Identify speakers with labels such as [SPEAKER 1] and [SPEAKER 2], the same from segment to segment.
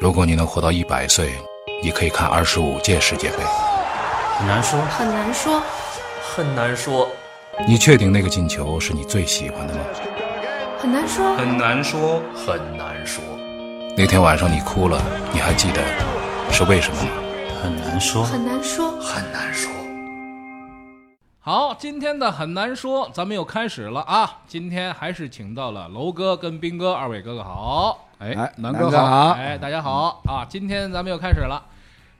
[SPEAKER 1] 如果你能活到一百岁，你可以看二十五届世界杯。
[SPEAKER 2] 很难说，
[SPEAKER 3] 很难说，
[SPEAKER 2] 很难说，
[SPEAKER 1] 你确定那个进球是你最喜欢的吗？
[SPEAKER 3] 很难说，
[SPEAKER 2] 很难说，很难说，
[SPEAKER 1] 那天晚上你哭了，你还记得是为什么吗？
[SPEAKER 4] 很难说，
[SPEAKER 3] 很难说。
[SPEAKER 2] 很难说。
[SPEAKER 5] 好，今天的很难说，咱们又开始了啊！今天还是请到了楼哥跟斌哥二位哥哥好，哎，
[SPEAKER 6] 哎，南
[SPEAKER 4] 南
[SPEAKER 6] 哥
[SPEAKER 4] 哥
[SPEAKER 6] 好，
[SPEAKER 5] 哎，大家好啊！今天咱们又开始了。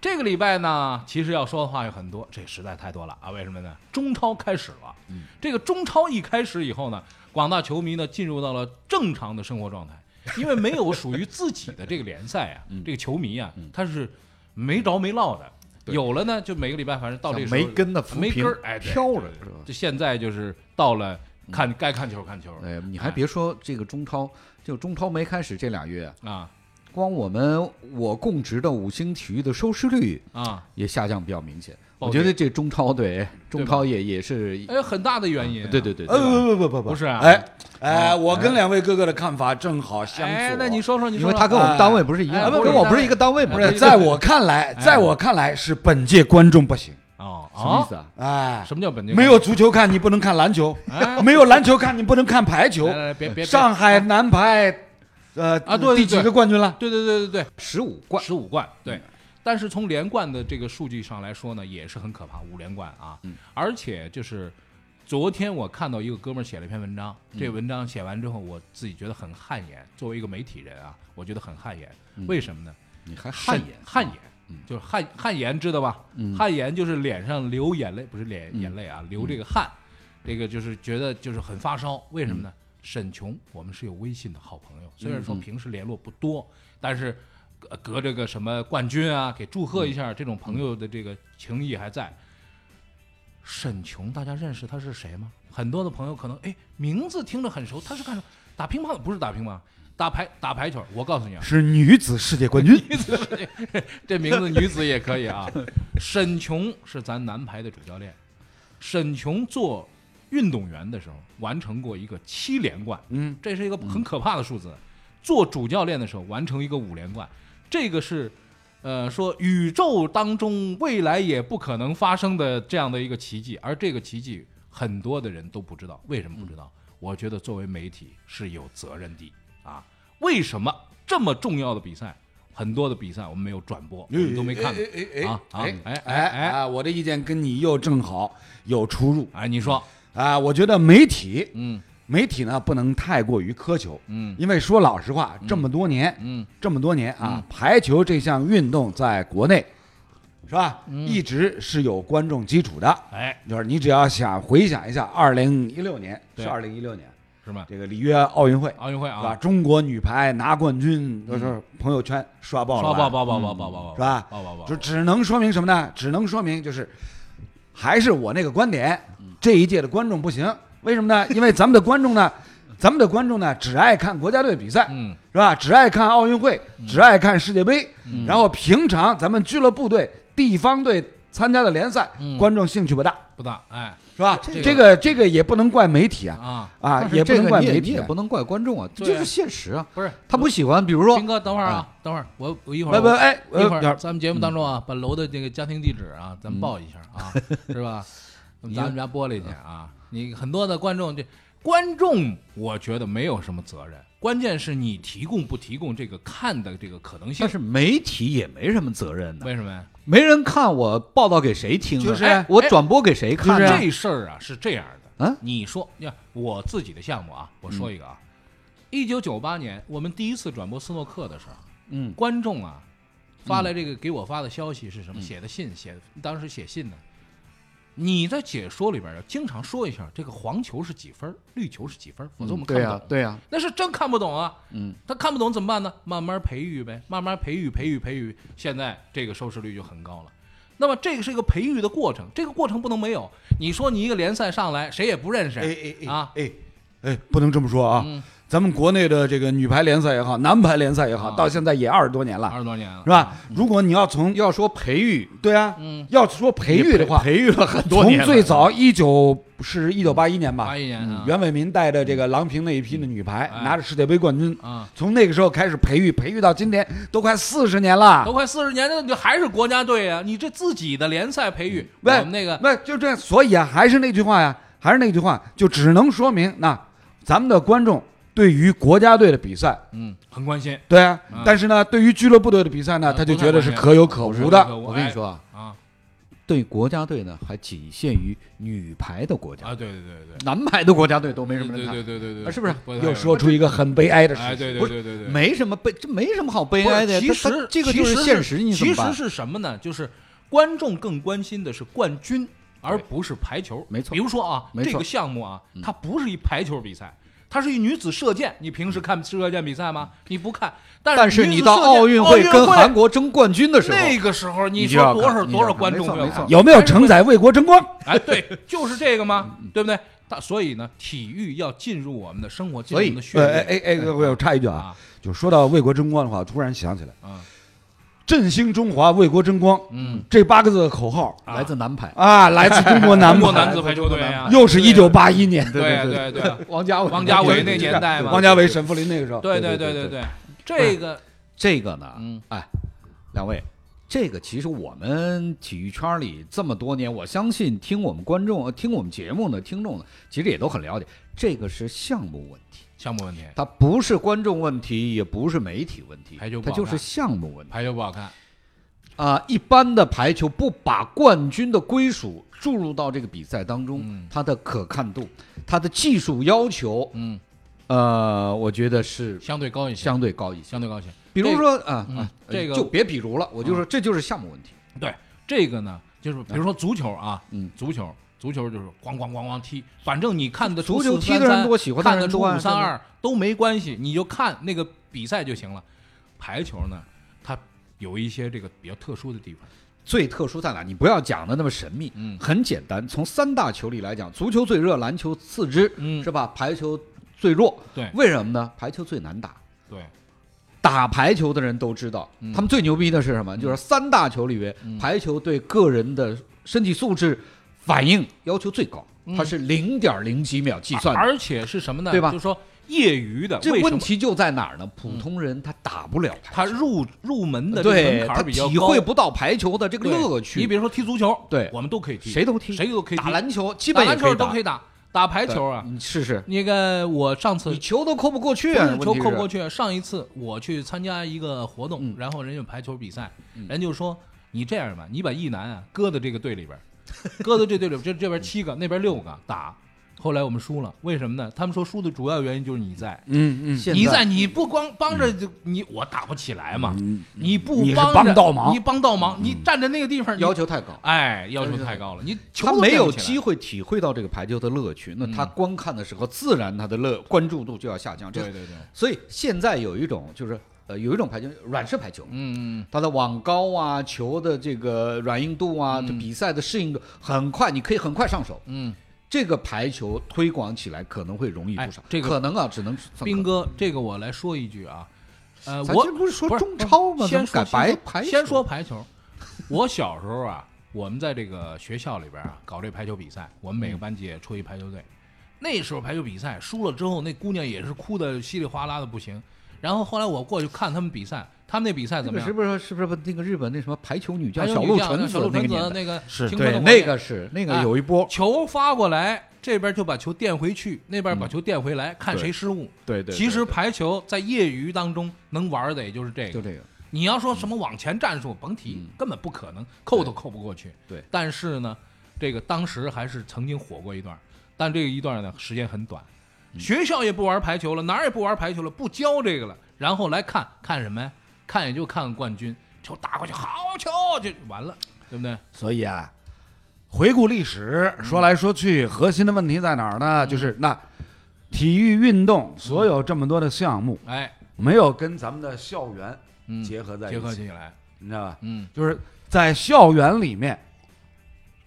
[SPEAKER 5] 这个礼拜呢，其实要说的话有很多，这实在太多了啊！为什么呢？中超开始了，
[SPEAKER 6] 嗯
[SPEAKER 5] 这个中超一开始以后呢，广大球迷呢进入到了正常的生活 状态，因为没有属于自己的这个联赛啊，
[SPEAKER 6] 嗯
[SPEAKER 5] 这个球迷啊，他是没着没落的。有了呢，就每个礼拜反正到这个时候
[SPEAKER 6] 没根的浮
[SPEAKER 5] 没根
[SPEAKER 6] 萍
[SPEAKER 5] 儿，哎，对
[SPEAKER 6] 飘着是吧？嗯
[SPEAKER 5] 就现在就是到了看该看球看球
[SPEAKER 6] 哎，你还别说，这个中超，就中超没开始这俩月，
[SPEAKER 5] 啊
[SPEAKER 6] 光我们我供职的五星体育的收视率
[SPEAKER 5] 啊，
[SPEAKER 6] 也下降比较明显。
[SPEAKER 5] 暴
[SPEAKER 6] 我
[SPEAKER 5] 跌
[SPEAKER 6] 觉得这中超对中超也也是，
[SPEAKER 5] 哎，很大的原因啊，
[SPEAKER 6] 嗯对对对，对吧
[SPEAKER 4] 呃，不不不不
[SPEAKER 5] 不是啊
[SPEAKER 4] 哎哎，我跟两位哥哥的看法正好相左。
[SPEAKER 5] 哎，那你说说，你
[SPEAKER 6] 因
[SPEAKER 5] 说
[SPEAKER 6] 为
[SPEAKER 5] 说
[SPEAKER 6] 他跟我们单位不是一
[SPEAKER 5] 哎
[SPEAKER 6] 样，
[SPEAKER 5] 哎不
[SPEAKER 6] 跟我不是一个单位嘛，
[SPEAKER 4] 不
[SPEAKER 5] 哎
[SPEAKER 4] 是，在我看来，在我看来是本届观众不行。
[SPEAKER 5] 哦
[SPEAKER 6] 什么
[SPEAKER 5] 啊
[SPEAKER 6] 意思，啊？
[SPEAKER 4] 哎，
[SPEAKER 5] 什么叫本地
[SPEAKER 4] 没有足球看，你不能看篮球；
[SPEAKER 5] 哎
[SPEAKER 4] 没有篮球看，你不能看排球
[SPEAKER 5] 来。
[SPEAKER 6] 哎
[SPEAKER 5] 来来呃别别别
[SPEAKER 4] 上海男排，呃
[SPEAKER 5] 啊对对
[SPEAKER 4] 第几
[SPEAKER 5] 对
[SPEAKER 4] 个冠军了？
[SPEAKER 5] 对对对对
[SPEAKER 6] 十五
[SPEAKER 5] 对，
[SPEAKER 6] 冠，
[SPEAKER 5] 十五嗯冠对。但是从连冠的这个数据上来说呢，也是很可怕，五连冠啊！而且就是昨天我看到一个哥们儿写了一篇文章，这个文章写完之后，我自己觉得很汗颜。作为一个媒体人啊，我觉得很汗颜。为什么呢？
[SPEAKER 6] 你还汗
[SPEAKER 5] 汗
[SPEAKER 6] 颜，
[SPEAKER 5] 汗颜，嗯就是汗汗颜，知道吧？汗颜就是脸上流眼泪，不是脸眼泪啊，流这个汗，这个就是觉得就是很发烧。为什么呢？沈琼，我们是有微信的好朋友，虽然说平时联络不多，但是呃隔着个什么冠军啊，给祝贺一下，这种朋友的这个情谊还在。沈琼，大家认识他是谁吗？很多的朋友可能哎名字听着很熟，他是干什么？打乒乓的不是打乒乓，打排打排球。我告诉你啊，
[SPEAKER 4] 是女子世界冠军。
[SPEAKER 5] 这名字女子也可以啊。沈琼是咱男排的主教练，沈琼做运动员的时候完成过一个七连冠，嗯，这是一个很可怕的数字。做主教练的时候完成一个五连冠，这个是，呃，说宇宙当中未来也不可能发生的这样的一个奇迹，而这个奇迹很多的人都不知道，为什么不知道？我觉得作为媒体是有责任的啊。为什么这么重要的比赛，很多的比赛我们没有转播，我们都没看
[SPEAKER 4] 哎哎哎
[SPEAKER 5] 过啊啊
[SPEAKER 4] 哎
[SPEAKER 5] 哎
[SPEAKER 4] 哎
[SPEAKER 5] 哎哎
[SPEAKER 4] 啊！我的意见跟你又正好有出入
[SPEAKER 5] 哎，你说，
[SPEAKER 4] 啊！我觉得媒体，
[SPEAKER 5] 嗯
[SPEAKER 4] 媒体呢不能太过于苛求，
[SPEAKER 5] 嗯
[SPEAKER 4] 因为说老实话，这么多年，
[SPEAKER 5] 嗯，
[SPEAKER 4] 这么多年啊，排球这项运动在国内是吧，
[SPEAKER 5] 嗯
[SPEAKER 4] 一直是有观众基础的。
[SPEAKER 5] 哎，
[SPEAKER 4] 就是你只要想回想一下，二零一六年
[SPEAKER 5] 对
[SPEAKER 4] 是二零一六年
[SPEAKER 5] 是吗？
[SPEAKER 4] 这个里约奥运会
[SPEAKER 5] 奥运会
[SPEAKER 4] 是吧？
[SPEAKER 5] 啊，嗯
[SPEAKER 4] 中国女排拿冠军，就是朋友圈刷爆了吧，嗯
[SPEAKER 5] 刷爆爆爆爆爆爆爆，
[SPEAKER 4] 是吧
[SPEAKER 5] 爆爆爆，
[SPEAKER 4] 就只能说明什么呢？只能说明就是，还是我那个观点，这一届的观众不行。为什么呢？因为咱们的观众呢， 咱们的观众呢，只爱看国家队比赛，
[SPEAKER 5] 嗯
[SPEAKER 4] 是吧？只爱看奥运会，只爱看世界杯。然后平常咱们俱乐部队、地方队参加的联赛，
[SPEAKER 5] 嗯
[SPEAKER 4] 观众兴趣不大，
[SPEAKER 5] 不大，哎
[SPEAKER 4] 是吧？
[SPEAKER 5] 这个
[SPEAKER 4] 这个这个也不能怪媒体啊，
[SPEAKER 5] 啊，
[SPEAKER 4] 啊
[SPEAKER 6] 但，是
[SPEAKER 4] 也不
[SPEAKER 6] 这
[SPEAKER 4] 能
[SPEAKER 6] 个
[SPEAKER 4] 怪
[SPEAKER 6] 你也
[SPEAKER 4] 媒
[SPEAKER 6] 你
[SPEAKER 4] 体
[SPEAKER 6] 也
[SPEAKER 4] 啊。
[SPEAKER 6] 不能怪观众啊，这
[SPEAKER 5] 对啊
[SPEAKER 6] 就是现实啊。
[SPEAKER 5] 不是
[SPEAKER 6] 他不喜欢，比如说
[SPEAKER 5] 斌哥，等会儿啊，等会儿，我我一会
[SPEAKER 4] 喂
[SPEAKER 5] 儿
[SPEAKER 4] 喂，哎，
[SPEAKER 5] 一会
[SPEAKER 4] 呃
[SPEAKER 5] 儿，咱们节目当中啊，把楼的这个家庭地址啊，
[SPEAKER 4] 嗯
[SPEAKER 5] 咱们报一下 啊，是吧？咱们家玻璃去
[SPEAKER 4] 嗯
[SPEAKER 5] 啊，你很多的观众这。观众，我觉得没有什么责任，关键是你提供不提供这个看的这个可能性
[SPEAKER 6] 但。是媒体也没什么责任呢，
[SPEAKER 5] 为什么呀？
[SPEAKER 6] 没人看我报道给谁听啊？
[SPEAKER 4] 就是
[SPEAKER 6] 哎我转播给谁看啊？
[SPEAKER 5] 这事儿啊是这样的，
[SPEAKER 6] 嗯
[SPEAKER 5] 你说，你看我自己的项目啊，我说一个啊，一九九八年我们第一次转播斯诺克的时候，
[SPEAKER 6] 嗯，
[SPEAKER 5] 观众啊发来这个给我发的消息是
[SPEAKER 6] 嗯
[SPEAKER 5] 什么？写的信，写的当时写信呢。你在解说里边要经常说一下这个黄球是几分儿，绿球是几分儿，否则我们看
[SPEAKER 6] 嗯对啊
[SPEAKER 5] 不
[SPEAKER 6] 呀、
[SPEAKER 5] 懂。
[SPEAKER 6] 对呀、
[SPEAKER 5] 那是真看不懂啊。
[SPEAKER 6] 嗯，
[SPEAKER 5] 他看不懂怎么办呢？慢慢培育呗，慢慢培育，培育，培育。现在这个收视率就很高了。那么这个是一个培育的过程，这个过程不能没有。你说你一个联赛上来，谁也不认识，
[SPEAKER 4] 哎哎哎
[SPEAKER 5] 啊，
[SPEAKER 4] 哎哎，不能这么说啊！咱们国内的这个女排联赛也好，男排联赛也好，
[SPEAKER 5] 啊
[SPEAKER 4] 到现在也二十多年了
[SPEAKER 5] 二，十多年了，
[SPEAKER 4] 是吧？如果你要从
[SPEAKER 6] 要说培育，
[SPEAKER 4] 对啊，
[SPEAKER 5] 嗯
[SPEAKER 4] 要说培育的话，
[SPEAKER 6] 培育了很多
[SPEAKER 4] 从
[SPEAKER 6] 年了，
[SPEAKER 4] 最早一九是一九八一年吧嗯
[SPEAKER 5] 八，一年啊，
[SPEAKER 4] 袁伟民带着这个郎平那一批的女排
[SPEAKER 5] 哎
[SPEAKER 4] 拿着世界杯冠军，
[SPEAKER 5] 啊，
[SPEAKER 4] 从那个时候开始培育，培育到今天都快四十年了
[SPEAKER 5] 都。快四十年了，你还是国家队啊？你这自己的联赛培
[SPEAKER 6] 嗯
[SPEAKER 5] 育，我
[SPEAKER 4] 喂
[SPEAKER 5] 们那个
[SPEAKER 4] 那就这样，所以啊，还是那句话呀，还是那句话，就只能说明那咱们的观众对于国家队的比赛，
[SPEAKER 5] 嗯很关心
[SPEAKER 4] 对啊，
[SPEAKER 5] 嗯
[SPEAKER 4] 但是呢，对于俱乐部队的比赛呢，
[SPEAKER 5] 嗯
[SPEAKER 4] 他就觉得是
[SPEAKER 5] 不太
[SPEAKER 4] 可有可无的。
[SPEAKER 5] 我
[SPEAKER 6] 我跟你说啊，
[SPEAKER 5] 啊
[SPEAKER 6] 对国家队呢还仅限于女排的国家，
[SPEAKER 5] 啊，对对对对，
[SPEAKER 6] 男排的国家队都没什么
[SPEAKER 5] 对
[SPEAKER 6] 人看，
[SPEAKER 5] 对对对
[SPEAKER 6] 啊
[SPEAKER 5] 对，
[SPEAKER 6] 是不是
[SPEAKER 5] 不太
[SPEAKER 4] 又
[SPEAKER 5] 有
[SPEAKER 4] 说出一个很悲哀的事
[SPEAKER 5] 哎，
[SPEAKER 4] 情，
[SPEAKER 5] 对对
[SPEAKER 6] 不
[SPEAKER 5] 对对对，
[SPEAKER 6] 没什么悲，这没什么好悲
[SPEAKER 5] 不是
[SPEAKER 6] 哀的呀。
[SPEAKER 5] 其
[SPEAKER 6] 它它
[SPEAKER 5] 实
[SPEAKER 6] 这个
[SPEAKER 5] 其
[SPEAKER 6] 就
[SPEAKER 5] 实
[SPEAKER 6] 现实，你怎
[SPEAKER 5] 其
[SPEAKER 6] 么
[SPEAKER 5] 实
[SPEAKER 6] 办？
[SPEAKER 5] 是什么呢？就是观众更关心的是冠军，而不是排球。
[SPEAKER 6] 没错
[SPEAKER 5] 比如说啊，
[SPEAKER 6] 没错嗯
[SPEAKER 5] 这个项目啊，它不是一排球比赛。它是一女子射箭，你平时看射箭比赛吗？你不看，但
[SPEAKER 6] 但
[SPEAKER 5] 是
[SPEAKER 6] 是
[SPEAKER 5] 女
[SPEAKER 6] 你
[SPEAKER 5] 子
[SPEAKER 6] 到
[SPEAKER 5] 射箭
[SPEAKER 6] 奥运会跟韩
[SPEAKER 5] 国
[SPEAKER 6] 国争冠军的时候，
[SPEAKER 5] 那个时候，你
[SPEAKER 6] 你就要
[SPEAKER 5] 说多
[SPEAKER 6] 看
[SPEAKER 5] 少
[SPEAKER 6] 你
[SPEAKER 5] 多
[SPEAKER 6] 就
[SPEAKER 5] 少
[SPEAKER 6] 要
[SPEAKER 5] 观
[SPEAKER 6] 看
[SPEAKER 5] 众都要
[SPEAKER 6] 没错没错
[SPEAKER 5] 看
[SPEAKER 4] 有没有承载为国争光？
[SPEAKER 5] 哎，对，就是这个嘛，
[SPEAKER 6] 嗯
[SPEAKER 5] 对不对？但所以呢，体育要进入我们的生活，进入
[SPEAKER 6] 所
[SPEAKER 5] 我
[SPEAKER 6] 以
[SPEAKER 5] 们的血
[SPEAKER 4] 呃，
[SPEAKER 5] 液
[SPEAKER 4] 哎哎哎，我我插一句啊
[SPEAKER 5] 啊，
[SPEAKER 4] 就说到为国争光的话，我突然想起来，
[SPEAKER 5] 啊，
[SPEAKER 4] 振兴中华，为国争光
[SPEAKER 5] 嗯，
[SPEAKER 4] 这八个字的口号
[SPEAKER 6] 来自男排，
[SPEAKER 4] 啊，来自 中国男
[SPEAKER 6] 呃
[SPEAKER 5] 中国
[SPEAKER 4] 排，
[SPEAKER 5] 男子排球队啊，
[SPEAKER 4] 又是一
[SPEAKER 5] 对
[SPEAKER 4] 九八一年，
[SPEAKER 5] 对啊对 对，
[SPEAKER 6] 王家卫，
[SPEAKER 5] 王家卫那年代嘛
[SPEAKER 4] 王家卫、沈富林那个时候，
[SPEAKER 5] 对
[SPEAKER 6] 啊对
[SPEAKER 5] 对
[SPEAKER 6] 对
[SPEAKER 5] 对，这个
[SPEAKER 6] 这个呢，
[SPEAKER 5] 嗯
[SPEAKER 6] 哎，两位，这个其实我们体育圈里这么多年，我相信听我们观众、呃听我们节目的听众呢，其实也都很了解，这个是项目问题，
[SPEAKER 5] 项目问题，
[SPEAKER 6] 它不是观众问题，也不是媒体问题，
[SPEAKER 5] 排球不
[SPEAKER 6] 它
[SPEAKER 5] 好
[SPEAKER 6] 就是
[SPEAKER 5] 看
[SPEAKER 6] 项目问题
[SPEAKER 5] 排球不好看，
[SPEAKER 6] 啊、一般的排球不把冠军的归属注入到这个比赛当中，
[SPEAKER 5] 嗯
[SPEAKER 6] 它的可看度、它的技术要求，
[SPEAKER 5] 嗯，
[SPEAKER 6] 呃，我觉得是
[SPEAKER 5] 相对高一些，
[SPEAKER 6] 相对高一些。
[SPEAKER 5] 相对高一些。
[SPEAKER 6] 比如说啊
[SPEAKER 5] 嗯
[SPEAKER 6] 啊，
[SPEAKER 5] 这个嗯
[SPEAKER 6] 就别比如了，我就说这就是项目问题。
[SPEAKER 5] 对这个呢，就是比如说足球啊，
[SPEAKER 6] 嗯
[SPEAKER 5] 足球。足球就是咣咣咣咣踢，反正你看得出
[SPEAKER 6] 足球
[SPEAKER 5] 4-3-3
[SPEAKER 6] 踢的人多喜欢的
[SPEAKER 5] 看得
[SPEAKER 6] 人
[SPEAKER 5] 出
[SPEAKER 6] 多啊
[SPEAKER 5] 五三
[SPEAKER 6] 真
[SPEAKER 5] 二都没关系，你就看那个比赛就行了。排球呢，它有一些这个比较特殊的地方，
[SPEAKER 6] 最特殊在哪？你不要讲的那么神秘，
[SPEAKER 5] 嗯
[SPEAKER 6] 很简单。从三大球里来讲，足球最热，篮球次之，
[SPEAKER 5] 嗯
[SPEAKER 6] 是吧？排球最弱，
[SPEAKER 5] 对
[SPEAKER 6] 为什么呢？排球最难打。
[SPEAKER 5] 对，
[SPEAKER 6] 打排球的人都知道，
[SPEAKER 5] 嗯
[SPEAKER 6] 他们最牛逼的是什么？就是三大球里面，排球对个人的身体素质、反应要求最高，它是零点零几秒计算
[SPEAKER 5] 嗯
[SPEAKER 6] 的。
[SPEAKER 5] 而且是什么呢？
[SPEAKER 6] 对吧
[SPEAKER 5] 就是说业余的，
[SPEAKER 6] 这
[SPEAKER 5] 为什
[SPEAKER 6] 问
[SPEAKER 5] 么嗯
[SPEAKER 6] 题就在哪儿呢？普通人他打不了排
[SPEAKER 5] 他
[SPEAKER 6] 球，
[SPEAKER 5] 入入门的这个
[SPEAKER 6] 对
[SPEAKER 5] 门槛
[SPEAKER 6] 他
[SPEAKER 5] 儿比较高，
[SPEAKER 6] 体会不到排球的这个
[SPEAKER 5] 对
[SPEAKER 6] 乐趣。
[SPEAKER 5] 你比如说踢足球，
[SPEAKER 6] 对
[SPEAKER 5] 我们都可以踢，
[SPEAKER 6] 谁都踢
[SPEAKER 5] 谁都可以踢
[SPEAKER 6] 打篮球，基
[SPEAKER 5] 打
[SPEAKER 6] 本也
[SPEAKER 5] 篮球都
[SPEAKER 6] 打
[SPEAKER 5] 可以打，打排球啊，
[SPEAKER 6] 你试试，
[SPEAKER 5] 那个我上次
[SPEAKER 6] 你球都扣不过去
[SPEAKER 5] 不
[SPEAKER 6] 啊，
[SPEAKER 5] 是球
[SPEAKER 6] 问题
[SPEAKER 5] 扣
[SPEAKER 6] 是
[SPEAKER 5] 不过去，上一次我去参加一个活动
[SPEAKER 6] 嗯，
[SPEAKER 5] 然后人家有排球比赛，人就说你这样吧，你把一男啊搁到这个队里边儿， 搁到这队里边儿，这这边七个，那边六个打。后来我们输了，为什么呢？他们说输的主要原因就是你在，
[SPEAKER 4] 嗯嗯，
[SPEAKER 6] 现
[SPEAKER 5] 你在你不光帮着
[SPEAKER 6] 嗯
[SPEAKER 5] 就你，我打不起来嘛。你不
[SPEAKER 4] 你是
[SPEAKER 5] 帮着
[SPEAKER 4] 帮倒忙
[SPEAKER 5] 你帮倒忙，你站在那个地方你
[SPEAKER 6] 嗯要求太高，
[SPEAKER 5] 哎，要求太高了，你球
[SPEAKER 6] 他
[SPEAKER 5] 都
[SPEAKER 6] 没
[SPEAKER 5] 捡不
[SPEAKER 6] 有
[SPEAKER 5] 起来嗯
[SPEAKER 6] 机会体会到这个排球的乐趣，那他观看的时候，自然他的乐关注度就要下降。这
[SPEAKER 5] 对对对，
[SPEAKER 6] 所以现在有一种就是呃有一种排球软式排球，
[SPEAKER 5] 嗯，
[SPEAKER 6] 它的网高啊、球的这个软硬度啊、这比赛的适应度很快，你可以很快上手。
[SPEAKER 5] 嗯，
[SPEAKER 6] 这个排球推广起来可能会容易不少
[SPEAKER 5] 哎，这个
[SPEAKER 6] 可能啊，只能算
[SPEAKER 5] 斌
[SPEAKER 6] 可
[SPEAKER 5] 哥，这个我来说一句啊，呃，
[SPEAKER 6] 咱
[SPEAKER 5] 我
[SPEAKER 6] 这不是说
[SPEAKER 5] 不是
[SPEAKER 6] 中超吗
[SPEAKER 5] 先
[SPEAKER 6] 怎么
[SPEAKER 5] 说
[SPEAKER 6] 改
[SPEAKER 5] 先说
[SPEAKER 6] 白排球
[SPEAKER 5] 先说排球。 我小时候啊，我们在这个学校里边啊搞这排球比赛，我们每个班级也出一排球队。那时候排球比赛输了之后，那姑娘也是哭的稀里哗啦的不行。然后后来我过去看他们比赛，他们那比赛
[SPEAKER 6] 那
[SPEAKER 5] 怎
[SPEAKER 6] 个
[SPEAKER 5] 么
[SPEAKER 6] 是
[SPEAKER 5] 样？
[SPEAKER 6] 不是是不是那个日本那什么排球女
[SPEAKER 5] 排
[SPEAKER 6] 将
[SPEAKER 5] 球
[SPEAKER 6] 小
[SPEAKER 5] 女
[SPEAKER 6] 鹿
[SPEAKER 5] 将
[SPEAKER 6] 纯
[SPEAKER 5] 小鹿
[SPEAKER 6] 那
[SPEAKER 5] 子
[SPEAKER 6] 个年代
[SPEAKER 5] 那个青春
[SPEAKER 6] 对
[SPEAKER 5] 的，
[SPEAKER 6] 那个是那个
[SPEAKER 5] 哎
[SPEAKER 6] 有一波，
[SPEAKER 5] 球发过来，这边就把球垫回去，那边把球垫回来，看
[SPEAKER 6] 对
[SPEAKER 5] 谁失误。
[SPEAKER 6] 嗯对对对
[SPEAKER 5] 其实
[SPEAKER 6] 对
[SPEAKER 5] 排球在业余当中能玩的也就是这
[SPEAKER 6] 就
[SPEAKER 5] 个。
[SPEAKER 6] 这个。嗯
[SPEAKER 5] 你要说什么往前战术，甭提，根本不可能，扣都扣不过去。
[SPEAKER 6] 对
[SPEAKER 5] 但是呢，这个当时还是曾经火过一段，但这一段呢时间很短，
[SPEAKER 6] 嗯
[SPEAKER 5] 学校也不玩排球了，哪儿也不玩排球了，不教这个了，然后来看看什么呀？看也就看冠军，球打过去，好球就完了，对不对？
[SPEAKER 4] 所以啊，回顾历史，说来说去，核心的问题在哪儿呢？就是那体育运动所有这么多的项目，
[SPEAKER 5] 哎，
[SPEAKER 4] 没有跟咱们的校园
[SPEAKER 5] 嗯
[SPEAKER 4] 结合在
[SPEAKER 5] 结
[SPEAKER 4] 一
[SPEAKER 5] 合
[SPEAKER 4] 起，
[SPEAKER 5] 起来，
[SPEAKER 4] 你知道吧？
[SPEAKER 5] 嗯，
[SPEAKER 4] 就是在校园里面，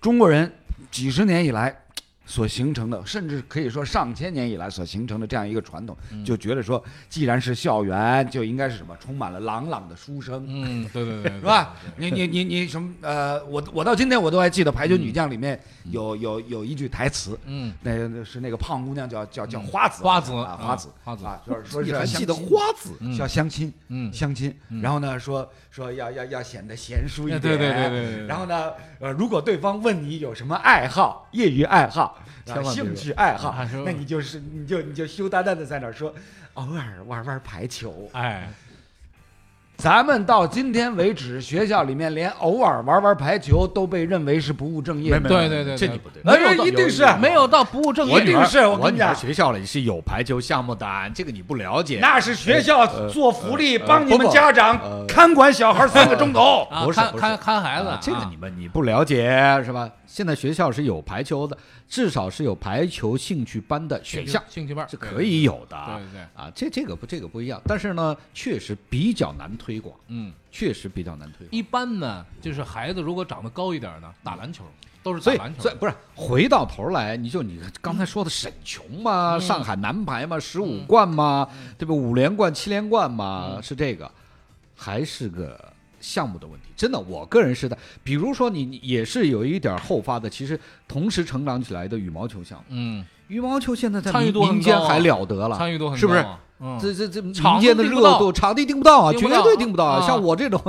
[SPEAKER 4] 中国人几十年以来所形成的，甚至可以说上千年以来所形成的这样一个传统，就觉得说，既然是校园，就应该是什么，充满了朗朗的书声，
[SPEAKER 5] 嗯，对对对，
[SPEAKER 4] 是吧？你你你你什么？呃，我我到今天我都还记得《排球女将》里面有有有一句台词，
[SPEAKER 5] 嗯，
[SPEAKER 4] 那那是那个胖姑娘叫叫叫花子，
[SPEAKER 5] 花子
[SPEAKER 4] 啊，
[SPEAKER 5] 啊
[SPEAKER 4] 花子，
[SPEAKER 5] 花子
[SPEAKER 4] 啊，说说
[SPEAKER 6] 你
[SPEAKER 4] 是
[SPEAKER 6] 还
[SPEAKER 4] 相
[SPEAKER 6] 记得
[SPEAKER 4] 亲
[SPEAKER 6] 花子？
[SPEAKER 5] 嗯
[SPEAKER 4] 要相亲，
[SPEAKER 5] 嗯
[SPEAKER 4] 相亲，然后呢，说说要要要显得娴熟一点，
[SPEAKER 5] 哎对对对对对对
[SPEAKER 4] 然后呢，呃，如果对方问你有什么爱好，业余爱好，
[SPEAKER 6] 千
[SPEAKER 4] 啊
[SPEAKER 6] 万别
[SPEAKER 4] 兴
[SPEAKER 6] 有
[SPEAKER 4] 趣爱好
[SPEAKER 5] 啊说，
[SPEAKER 4] 那你就是你就你就羞答答的在那儿说，偶尔玩玩排球。
[SPEAKER 5] 哎，
[SPEAKER 4] 咱们到今天为止，学校里面连偶尔玩玩排球都被认为是不务正业的，
[SPEAKER 5] 对对对，
[SPEAKER 6] 这
[SPEAKER 5] 对
[SPEAKER 6] 你不对。
[SPEAKER 4] 没有
[SPEAKER 5] 没有到
[SPEAKER 4] 一定是
[SPEAKER 5] 没有到不务正业，
[SPEAKER 6] 我女儿
[SPEAKER 4] 是我跟你
[SPEAKER 6] 女
[SPEAKER 4] 讲
[SPEAKER 6] 儿学校里是有排球项目的，这个你不了解。
[SPEAKER 4] 那是学校
[SPEAKER 6] 呃
[SPEAKER 4] 做福利，
[SPEAKER 6] 呃
[SPEAKER 4] 帮你
[SPEAKER 6] 不
[SPEAKER 4] 们
[SPEAKER 6] 不
[SPEAKER 4] 家长
[SPEAKER 6] 呃
[SPEAKER 4] 看管小孩三个钟头。
[SPEAKER 5] 啊
[SPEAKER 6] 不是
[SPEAKER 5] 看
[SPEAKER 6] 不是
[SPEAKER 5] 看看孩子
[SPEAKER 6] 啊
[SPEAKER 5] 啊，
[SPEAKER 6] 这个你们你不了解是吧？现在学校是有排球的，至少是有排球兴趣班的选项，
[SPEAKER 5] 兴趣班
[SPEAKER 6] 是可，以有的。
[SPEAKER 5] 对对对，
[SPEAKER 6] 啊，这这个不这个不一样，但是呢，确实比较难推广，
[SPEAKER 5] 嗯，
[SPEAKER 6] 确实比较难推广。
[SPEAKER 5] 一般呢，就是孩子如果长得高一点呢，打篮球都是
[SPEAKER 6] 所
[SPEAKER 5] 打
[SPEAKER 6] 以
[SPEAKER 5] 篮，球
[SPEAKER 6] 所以
[SPEAKER 5] 的，
[SPEAKER 6] 不是回到头来，你就你刚才说的沈琼嘛，上海男排嘛，十五冠嘛，对吧？五连冠、七连冠嘛，是这个，还是个项目的问题。真的，我个人是的，比如说你你也是有一点后发的，其实同时成长起来的羽毛球项目，
[SPEAKER 5] 嗯，
[SPEAKER 6] 羽毛球现在在
[SPEAKER 5] 参与
[SPEAKER 6] 民
[SPEAKER 5] 度很高啊
[SPEAKER 6] 民间还了得了，
[SPEAKER 5] 参与度很高啊，
[SPEAKER 6] 是不是？
[SPEAKER 5] 嗯，
[SPEAKER 6] 这这这
[SPEAKER 5] 场
[SPEAKER 6] 民
[SPEAKER 5] 子
[SPEAKER 6] 间的
[SPEAKER 5] 订不
[SPEAKER 6] 热
[SPEAKER 5] 到
[SPEAKER 6] 度，场地订不到啊，
[SPEAKER 5] 订
[SPEAKER 6] 绝
[SPEAKER 5] 不到
[SPEAKER 6] 对订不到啊！
[SPEAKER 5] 啊
[SPEAKER 6] 像我这种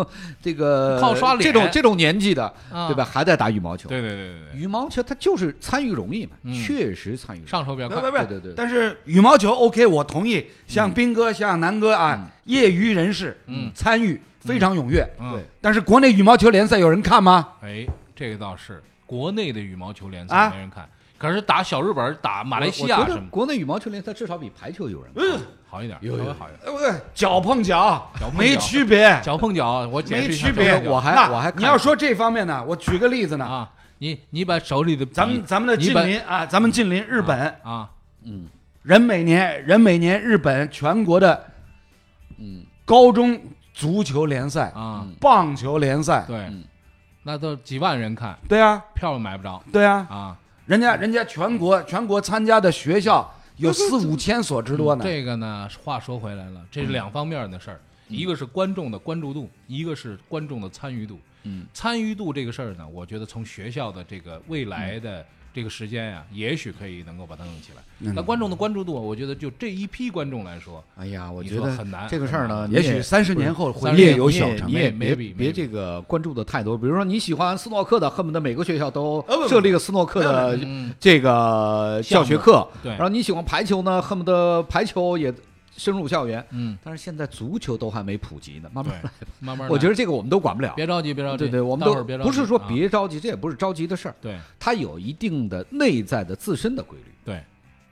[SPEAKER 6] 这个
[SPEAKER 5] 靠刷脸
[SPEAKER 6] 这种这种年纪的，
[SPEAKER 5] 啊
[SPEAKER 6] 对吧？？还在打羽毛球。
[SPEAKER 5] 对对对对对，
[SPEAKER 6] 羽毛球它就是参与容易嘛，
[SPEAKER 5] 嗯
[SPEAKER 6] 确实参与容易。
[SPEAKER 5] 上手比较
[SPEAKER 4] 不
[SPEAKER 5] 快，
[SPEAKER 4] 不不，
[SPEAKER 6] 对对对
[SPEAKER 4] 但是羽毛球 OK，我同意。像斌哥、像南哥啊，业余人士，
[SPEAKER 5] 嗯
[SPEAKER 4] 参与非常踊跃。
[SPEAKER 5] 嗯，
[SPEAKER 4] 但是国内羽毛球联赛有人看吗？
[SPEAKER 5] 哎，这个倒是国内的羽毛球联
[SPEAKER 4] 啊
[SPEAKER 5] 赛没人看，可是打小日本、打马来西
[SPEAKER 6] 我
[SPEAKER 5] 亚
[SPEAKER 6] 我觉
[SPEAKER 5] 什
[SPEAKER 6] 得
[SPEAKER 5] 么
[SPEAKER 6] 国内羽毛球联赛至少比排球有人看。
[SPEAKER 5] 好一点，
[SPEAKER 6] 有有
[SPEAKER 5] 稍微
[SPEAKER 6] 有
[SPEAKER 5] 好一点，
[SPEAKER 4] 哎不对，脚碰脚
[SPEAKER 5] 脚，碰
[SPEAKER 4] 没
[SPEAKER 5] 脚
[SPEAKER 4] 区别，
[SPEAKER 5] 脚碰脚，啊我解
[SPEAKER 4] 没
[SPEAKER 5] 释一下
[SPEAKER 4] 区别。
[SPEAKER 5] 脚碰
[SPEAKER 6] 我
[SPEAKER 5] 脚
[SPEAKER 6] 还
[SPEAKER 4] 那
[SPEAKER 6] 我还看
[SPEAKER 4] 你要说这方面呢，我举个例子呢，
[SPEAKER 5] 啊，你你把手里的笔
[SPEAKER 4] 咱们咱们的
[SPEAKER 5] 你
[SPEAKER 4] 近
[SPEAKER 5] 把
[SPEAKER 4] 邻啊，咱们近邻日本，
[SPEAKER 5] 啊，
[SPEAKER 6] 嗯
[SPEAKER 4] 人每年人每年日本全国的
[SPEAKER 6] 嗯，
[SPEAKER 4] 高中足球联赛、
[SPEAKER 5] 啊，
[SPEAKER 4] 棒球联赛，
[SPEAKER 5] 对
[SPEAKER 6] 嗯，
[SPEAKER 5] 那都几万人看，
[SPEAKER 4] 对啊，
[SPEAKER 5] 票也买不着
[SPEAKER 4] 对啊，
[SPEAKER 5] 啊。
[SPEAKER 4] 人家人家全国全国参加的学校有四五千所之多呢。
[SPEAKER 5] 这个呢，话说回来了，
[SPEAKER 6] 嗯
[SPEAKER 5] 这是两方面的事儿，一个是观众的关注度，一个是观众的参与度。
[SPEAKER 6] 嗯，
[SPEAKER 5] 参与度这个事儿呢，我觉得从学校的这个未来的这个时间呀、
[SPEAKER 6] 嗯
[SPEAKER 5] 也许可以能够把它弄起来。那观众的关注度，我觉得就这一批观众来说，
[SPEAKER 6] 哎呀，我
[SPEAKER 5] 你
[SPEAKER 6] 觉
[SPEAKER 5] 说
[SPEAKER 6] 得
[SPEAKER 5] 很难
[SPEAKER 6] 这个事儿呢，
[SPEAKER 4] 也
[SPEAKER 6] 你
[SPEAKER 4] 许三十年后
[SPEAKER 5] 不
[SPEAKER 4] 会
[SPEAKER 5] 是
[SPEAKER 4] 略有
[SPEAKER 6] 你也
[SPEAKER 4] 小成。
[SPEAKER 6] 你也
[SPEAKER 5] 没
[SPEAKER 6] 别
[SPEAKER 5] 没比
[SPEAKER 6] 别
[SPEAKER 5] 没比
[SPEAKER 6] 这个关注的太多。比如说你喜欢斯诺克的，恨不得每个学校都
[SPEAKER 4] 呃不不
[SPEAKER 6] 设立一个斯诺克的
[SPEAKER 5] 嗯
[SPEAKER 6] 这个教学
[SPEAKER 5] 项目
[SPEAKER 6] 课。
[SPEAKER 5] 对
[SPEAKER 6] 然后你喜欢排球呢，恨不得排球也深入校园。
[SPEAKER 5] 嗯，
[SPEAKER 6] 但是现在足球都还没普及呢，慢
[SPEAKER 5] 对
[SPEAKER 6] 慢来。，
[SPEAKER 5] 慢慢来。
[SPEAKER 6] 我觉得这个我们都管不了。
[SPEAKER 5] 别着急，别着急，
[SPEAKER 6] 对对，我们
[SPEAKER 5] 待会
[SPEAKER 6] 都
[SPEAKER 5] 儿别着急，
[SPEAKER 6] 不是说
[SPEAKER 5] 啊
[SPEAKER 6] 别着急，这也不是着急的事儿，
[SPEAKER 5] 对
[SPEAKER 6] 它有一定的内在的自身的规律。
[SPEAKER 5] 对，